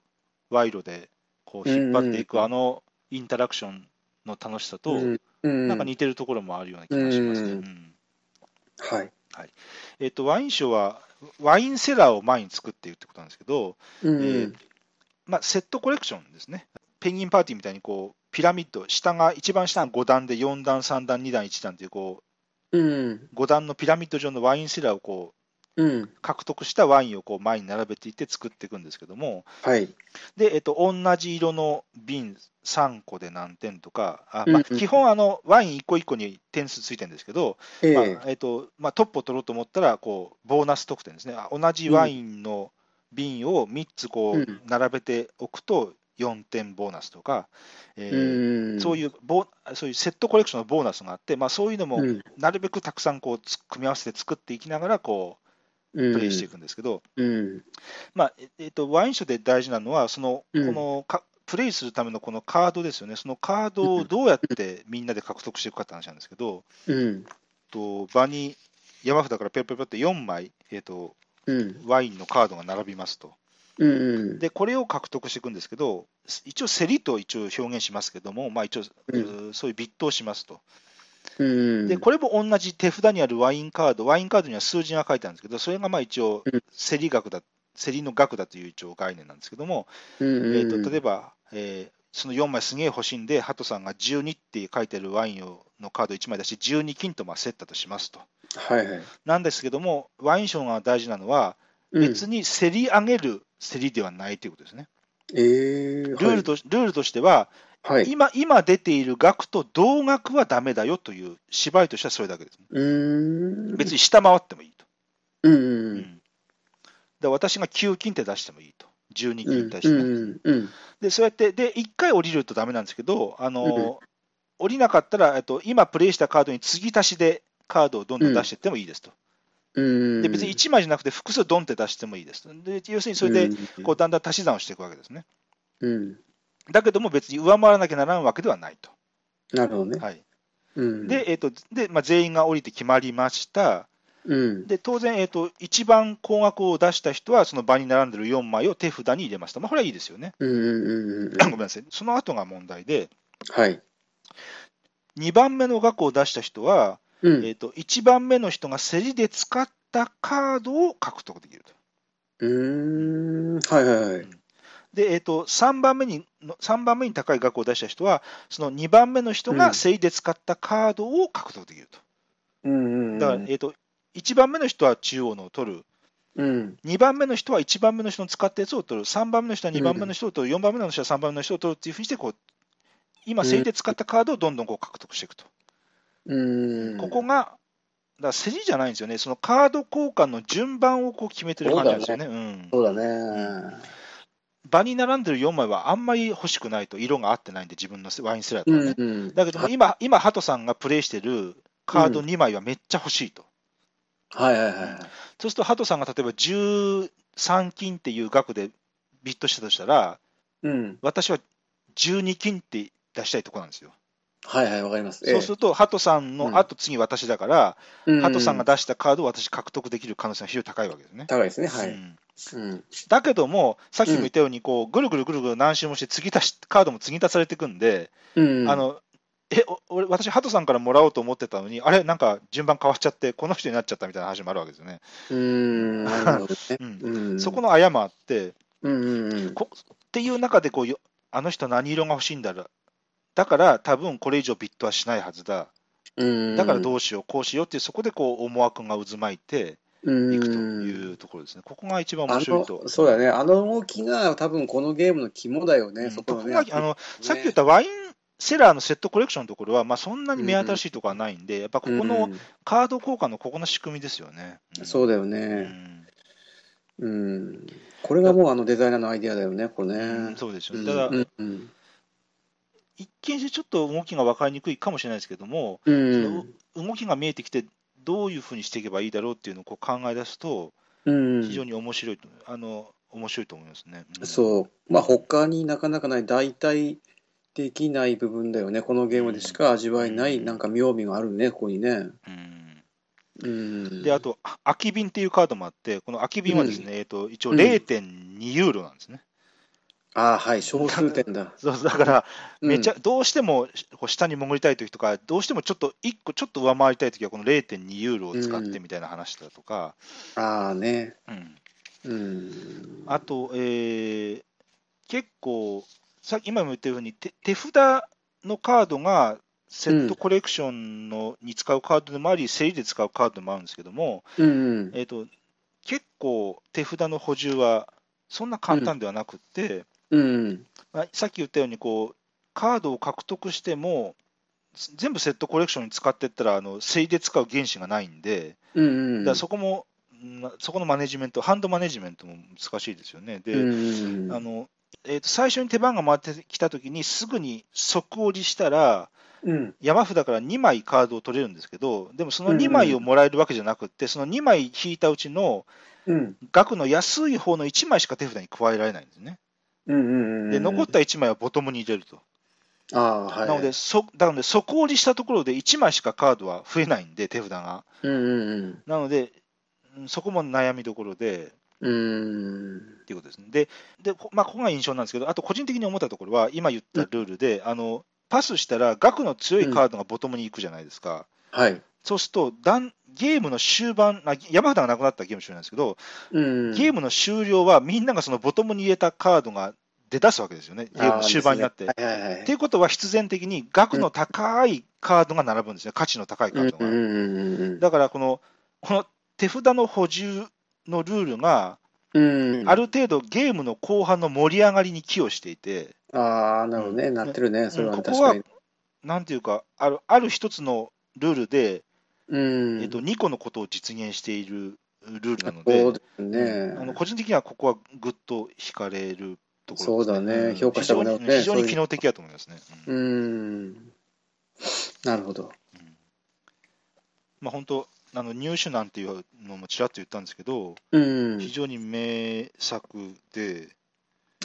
Speaker 2: う賄賂でこう引っ張っていく、
Speaker 1: うん
Speaker 2: あのインタラクションの楽しさと、
Speaker 1: うん、うん
Speaker 2: なんか似てるところもあるような気がしますね。
Speaker 1: うん
Speaker 2: うん
Speaker 1: はい。
Speaker 2: えっと、ワイン賞は、ワインセラーを前に作っているってことなんですけど、
Speaker 1: うん。
Speaker 2: えーまあ、セットコレクションですね。ペンギンパーティーみたいにこうピラミッド、下が一番下が5段で4段、3段、2段、1段というこ
Speaker 1: うん。
Speaker 2: う5段のピラミッド上のワインセラーをこう
Speaker 1: うん。
Speaker 2: 獲得したワインをこう前に並べていって作っていくんですけども、
Speaker 1: はい。
Speaker 2: で、えっと、同じ色の瓶3個で何点とか、あまあ、
Speaker 1: うんうん
Speaker 2: 基本あの、ワイン1個1個に点数ついてるんですけど、
Speaker 1: ええ
Speaker 2: まあえっとまあ、トップを取ろうと思ったらこう、ボーナス得点ですね、あ同じワインの瓶を3つこ
Speaker 1: う
Speaker 2: うん並べておくと4点ボーナスとか、えー
Speaker 1: うん。
Speaker 2: そう
Speaker 1: い
Speaker 2: いうボーそういうセットコレクションのボーナスがあって、まあ、そういうのも
Speaker 1: うん。
Speaker 2: なるべくたくさんこうつ組み合わせて作っていきながらこう
Speaker 1: プ
Speaker 2: プレイしていくんですけど、
Speaker 1: うん。
Speaker 2: まあええっと、ワイン酒で大事なのはその、
Speaker 1: うん
Speaker 2: このかプレイするためのこのカードですよね、そのカードをどうやってみんなで獲得していくかって話なんですけど。
Speaker 1: うん。
Speaker 2: と場に山札からペロペロペロって4枚、えー、と
Speaker 1: うん。
Speaker 2: ワインのカードが並びますと。
Speaker 1: うん。
Speaker 2: で、これを獲得していくんですけど、一応、競りと一応表現しますけども、まあ、一応、
Speaker 1: うん
Speaker 2: うーそういうビットをしますと。
Speaker 1: うん。
Speaker 2: で、これも同じ手札にあるワインカード、ワインカードには数字が書いてあるんですけど、それがまあ一応
Speaker 1: うん、
Speaker 2: 競り額だ、競りの額だという一応概念なんですけども、
Speaker 1: うん、
Speaker 2: えー、と例え
Speaker 1: ば、
Speaker 2: ば、えーその4枚すげえ欲しいんで、ハトさんが12って書いてあるワインをのカード1枚出して、12金とまあ競ったとしますと。
Speaker 1: はいはい。
Speaker 2: なんですけども、ワイン賞が大事なのは、別
Speaker 1: に、
Speaker 2: に競り上げる競りではないということですね。
Speaker 1: えー、
Speaker 2: ルールと,、ルールとしては、
Speaker 1: はい、はい、
Speaker 2: 今、今出ている額と同額はダメだよという芝居としてはそれだけです、ね。
Speaker 1: うーん、
Speaker 2: 別に下回ってもいいと。
Speaker 1: うん
Speaker 2: う
Speaker 1: うんん
Speaker 2: で私が9金って出してもいいと。12
Speaker 1: う
Speaker 2: 金に
Speaker 1: ん
Speaker 2: 対して、
Speaker 1: う
Speaker 2: ね
Speaker 1: んうん
Speaker 2: で、そうやって、で、1回降りるとダメなんですけど、あの、降りなかったら、えっと、今プレイしたカードに継ぎ足しでカードをどんどん出していってもいいですと。
Speaker 1: うん
Speaker 2: で、別に1枚じゃなくて複数ドンって出してもいいですと。で、要するにそれで、こうだんだん足し算をしていくわけですね。
Speaker 1: うん、うん、
Speaker 2: だけども別に上回らなきゃならんわけではないと。
Speaker 1: なるほどね。
Speaker 2: はい、
Speaker 1: うん、
Speaker 2: で、えーとでまあ、全員が降りて決まりました。
Speaker 1: うん、
Speaker 2: で、当然、えーと、一番高額を出した人はその場に並んでる4枚を手札に入れました。まあ、これはいいですよね。
Speaker 1: うんうんうんうん
Speaker 2: ごめんなさい。その後が問題で、
Speaker 1: はい、
Speaker 2: 2番目の額を出した人は、
Speaker 1: う
Speaker 2: え
Speaker 1: ん
Speaker 2: ー、と1番目の人が競りで使ったカードを獲得できると。
Speaker 1: うーん、はいはいはい。
Speaker 2: で、えー、と3番目にの三番目に高い額を出した人は、その2番目の人
Speaker 1: う
Speaker 2: が
Speaker 1: ん
Speaker 2: 競りで使ったカードを獲得できると。
Speaker 1: うんうん
Speaker 2: だから、えー、と1番目の人は中央のを取る、
Speaker 1: うん、
Speaker 2: 2番目の人は1番目の人の使ったやつを取る、3番目の人は2番目の人を取る、4番目の人は3番目の人を取るっていうふうにしてこう、今、
Speaker 1: うん
Speaker 2: 競りで使ったカードをどんどんこう獲得していくと。
Speaker 1: うん、
Speaker 2: ここが、だから競りじゃないんですよね、そのカード交換の順番をこう決めてる感じなんですよね。うん
Speaker 1: そうだね。
Speaker 2: 場に並んでる4枚はあんまり欲しくないと、色が合ってないんで、自分のワインセラーと
Speaker 1: う
Speaker 2: か
Speaker 1: ん
Speaker 2: ね。
Speaker 1: うん、
Speaker 2: だけども
Speaker 1: は
Speaker 2: 今、今、ハトさんがプレイしてるカード2枚はめっちゃ欲しいと。
Speaker 1: はいはいは
Speaker 2: そうすると、ハトさんが例えば13金っていう額でビットしたとしたら、
Speaker 1: い。うん、
Speaker 2: 私は12金って出したいとこなんですよ。
Speaker 1: はいはい、わかります。
Speaker 2: そうすると、ハトさんの後、次私だから、
Speaker 1: ええ
Speaker 2: ハトさんが、出したカードを私獲得できる可能性が非常に高いわけですね。
Speaker 1: 高いですね、は
Speaker 2: う
Speaker 1: い。
Speaker 2: ん
Speaker 1: うん、
Speaker 2: だけども、さっきも言ったように、こうぐるぐるぐるぐる何周もして次足し、カードも継ぎ足されていくんで、
Speaker 1: うん、
Speaker 2: あのえお俺私、ハトさんからもらおうと思ってたのに、あれ、なんか順番変わっちゃって、この人になっちゃったみたいな話もあるわけですよね。
Speaker 1: うーん、なるほどね。
Speaker 2: うん
Speaker 1: うん、
Speaker 2: そこの誤って、
Speaker 1: うんうんうん
Speaker 2: こっていう中でこうよ、あの人何色が欲しいんだろだから多分これ以上ビットはしないはずだ、
Speaker 1: うん、
Speaker 2: だからどうしよう、こうしようっていう、そこでこう思惑が渦巻いて
Speaker 1: うん
Speaker 2: いくというところですね。ここが一番
Speaker 1: あ
Speaker 2: 面白いと。
Speaker 1: のそうだね、あの動きが多分このゲームの肝だよね、
Speaker 2: うん
Speaker 1: そ
Speaker 2: こ
Speaker 1: こ
Speaker 2: こ
Speaker 1: のね。
Speaker 2: があのさっき言ったワインセラーのセットコレクションのところは、まあ、そんなに目新しいところはないんで、やっぱここ
Speaker 1: う
Speaker 2: の
Speaker 1: ん
Speaker 2: カード交換のここの仕組みですよね。うん
Speaker 1: そうだよ
Speaker 2: う
Speaker 1: ね、
Speaker 2: ん
Speaker 1: うん。これがもうあのデザイナーのアイディアだよね、これ
Speaker 2: うん
Speaker 1: ね。
Speaker 2: そうですよ
Speaker 1: う
Speaker 2: ね。
Speaker 1: ん
Speaker 2: ただ、
Speaker 1: うんうん
Speaker 2: 一見してちょっと動きが分かりにくいかもしれないですけども、
Speaker 1: う
Speaker 2: そ
Speaker 1: ん
Speaker 2: の動きが見えてきて、どういうふうにしていけばいいだろうっていうのをこう考え出すと、
Speaker 1: うん
Speaker 2: 非常に面白いと、あの面白いと思いますね。うん
Speaker 1: そう、まあ他になかなかない代替できない部分だよね、このゲームでしか味わえない、
Speaker 2: うん
Speaker 1: なんか妙味があるね、ここにね。
Speaker 2: うん
Speaker 1: うん、
Speaker 2: で、あと、あ空き瓶っていうカードもあって、この空き瓶はですね、えっと一応0.2ユーロなんですね。
Speaker 1: ああ、はい、小数点だ。
Speaker 2: そうそうだから、
Speaker 1: うん
Speaker 2: めちゃ、どうしてもこう下に潜りたいときとか、どうしてもちょっと1個ちょっと上回りたいときは、この0.2ユーロを使ってみたいな話だとか、
Speaker 1: ああね。
Speaker 2: うん
Speaker 1: うん。
Speaker 2: あと、えー結構、さっき今も言ったように、手手札のカードがセットコレクションのに使うカードでもあり、競りで使うカードでもあるんですけども、
Speaker 1: うん。
Speaker 2: えーと結構手札の補充はそんな簡単ではなくって、
Speaker 1: うん。
Speaker 2: まあさっき言ったようにこうカードを獲得してもす全部セットコレクションに使ってったらあの精で使う原資がないんで
Speaker 1: うんうん。
Speaker 2: だからそこも、うんまそこのマネジメントハンドマネジメントも難しいですよね。で、
Speaker 1: うん
Speaker 2: あのえー、と最初に手番が回ってきたときにすぐに即折りしたら
Speaker 1: うん。
Speaker 2: 山札から2枚カードを取れるんですけどでもその2枚をもらえるわけじゃなくって、その2枚引いたうちの
Speaker 1: うん。
Speaker 2: 額の安い方の1枚しか手札に加えられないんですね。
Speaker 1: うんうんうん。
Speaker 2: で残った1枚はボトムに入れると。
Speaker 1: ああ、はい。
Speaker 2: なので、、そなので即折りしたところで1枚しかカードは増えないんで、手札が。
Speaker 1: うんうん
Speaker 2: なので、うんそこも悩みどころで。
Speaker 1: うん。うん。
Speaker 2: っていうことですね。で、でこまあ、ここが印象なんですけど、あと個人的に思ったところは、今言ったルールで、あのパスしたら、額の強いカードがボトムに行くじゃないですか。
Speaker 1: はい。
Speaker 2: そうするとだん、ゲームの終盤、あ山札がなくなったらゲーム終了なんですけど、
Speaker 1: うん。
Speaker 2: ゲームの終了は、みんながそのボトムに入れたカードが出だすわけですよね、ゲームの終盤になって。
Speaker 1: ああですねはいはいは
Speaker 2: っ
Speaker 1: い。
Speaker 2: ていうことは必然的に額の高いカードが並ぶんですね、価値の高いカード
Speaker 1: うん
Speaker 2: が。
Speaker 1: うんうん
Speaker 2: だからこの、この手札の補充のルールが、
Speaker 1: うん。うん。
Speaker 2: ある程度ゲームの後半の盛り上がりに寄与していて、
Speaker 1: ああ、なるほどね。なってるね。それは
Speaker 2: こ
Speaker 1: 確
Speaker 2: こは
Speaker 1: かに。
Speaker 2: なんていうか、あるある一つのルールで、
Speaker 1: うん。
Speaker 2: えっと、2個のことを実現しているルールなの
Speaker 1: そ
Speaker 2: で
Speaker 1: う、ですね。
Speaker 2: あの個人的にはここはぐっと惹かれるところ
Speaker 1: そうだね
Speaker 2: ん
Speaker 1: 評価したくなるね
Speaker 2: 非
Speaker 1: そ
Speaker 2: 常
Speaker 1: う
Speaker 2: に
Speaker 1: いう
Speaker 2: 非常に機能的だと思いますね。うん
Speaker 1: うん。なるほど。
Speaker 2: まあ、本当あの入手なんていうのもちらっと言ったんですけど、
Speaker 1: うん
Speaker 2: 非。常に名作で、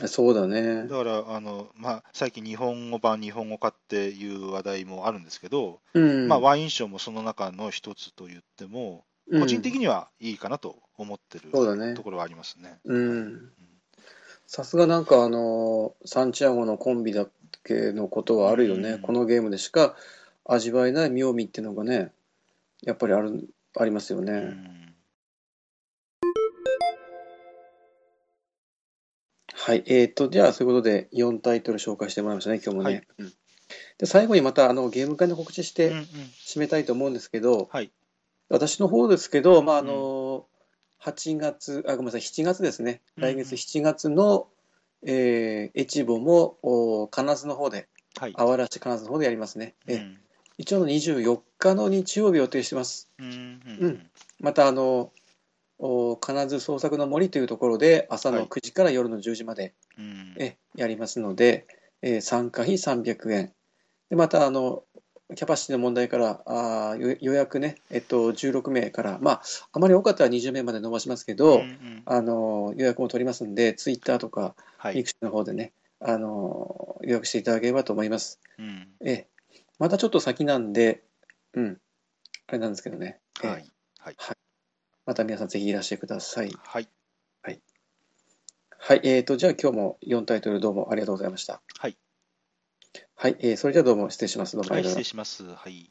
Speaker 1: そうだね
Speaker 2: だ。からあの、まあ、最近、日本語版、日本語化っていう話題もあるんですけど、
Speaker 1: うん。
Speaker 2: まあ、ワイン賞もその中の一つと言っても、
Speaker 1: うん
Speaker 2: 個人的にはいいかなと思ってる
Speaker 1: そうだね
Speaker 2: と。ころはありますね。
Speaker 1: うん。さすがなんかあのサンチアゴのコンビだけのことはあるよね、
Speaker 2: うん
Speaker 1: このゲームでしか味わえない妙味っていうのがねやっぱりあるありますよね、
Speaker 2: うん
Speaker 1: はいえー、とじゃあそういうことで4タイトル紹介してもらいましたね今日もね、
Speaker 2: はい
Speaker 1: うんで最後にまたあのゲーム会の告知し
Speaker 2: う
Speaker 1: て、
Speaker 2: んうん
Speaker 1: 締めたいと思うんですけど、
Speaker 2: はい
Speaker 1: 私の方ですけど、まああの8月あごめんなさい7月ですね
Speaker 2: うんうん
Speaker 1: 来月7月の、えー、越後もお金津の方で
Speaker 2: はい
Speaker 1: あわらし金津の方でやりますね、え
Speaker 2: うん
Speaker 1: 一応の24日の日曜日を予定してます
Speaker 2: うん
Speaker 1: う
Speaker 2: うん
Speaker 1: んまたあのお金津創作の森というところで朝
Speaker 2: は
Speaker 1: の
Speaker 2: い
Speaker 1: 9時から夜の10時まで、
Speaker 2: うん
Speaker 1: えやりますので、えー参加費300円でまたあのキャパシティの問題からあーよ予約ね、えっと、16名から、まあ、あまり多かったら20名まで伸ばしますけ
Speaker 2: うん
Speaker 1: ど、
Speaker 2: うん
Speaker 1: あの予約も取りますんでツイッターとか
Speaker 2: は
Speaker 1: ミ
Speaker 2: い
Speaker 1: クシーの方でね、あの予約していただければと思います、
Speaker 2: うん
Speaker 1: ええまたちょっと先なんで、うん、あれなんですけどね、ええ
Speaker 2: はい
Speaker 1: また皆さんぜひいらしてください、
Speaker 2: はい
Speaker 1: はい、えーと、じゃあ今日も4タイトルどうもありがとうございました。
Speaker 2: はい。
Speaker 1: はい、えーそれじゃあどうも失礼します。どうもあり
Speaker 2: はい
Speaker 1: がとうございました
Speaker 2: 失礼しますはい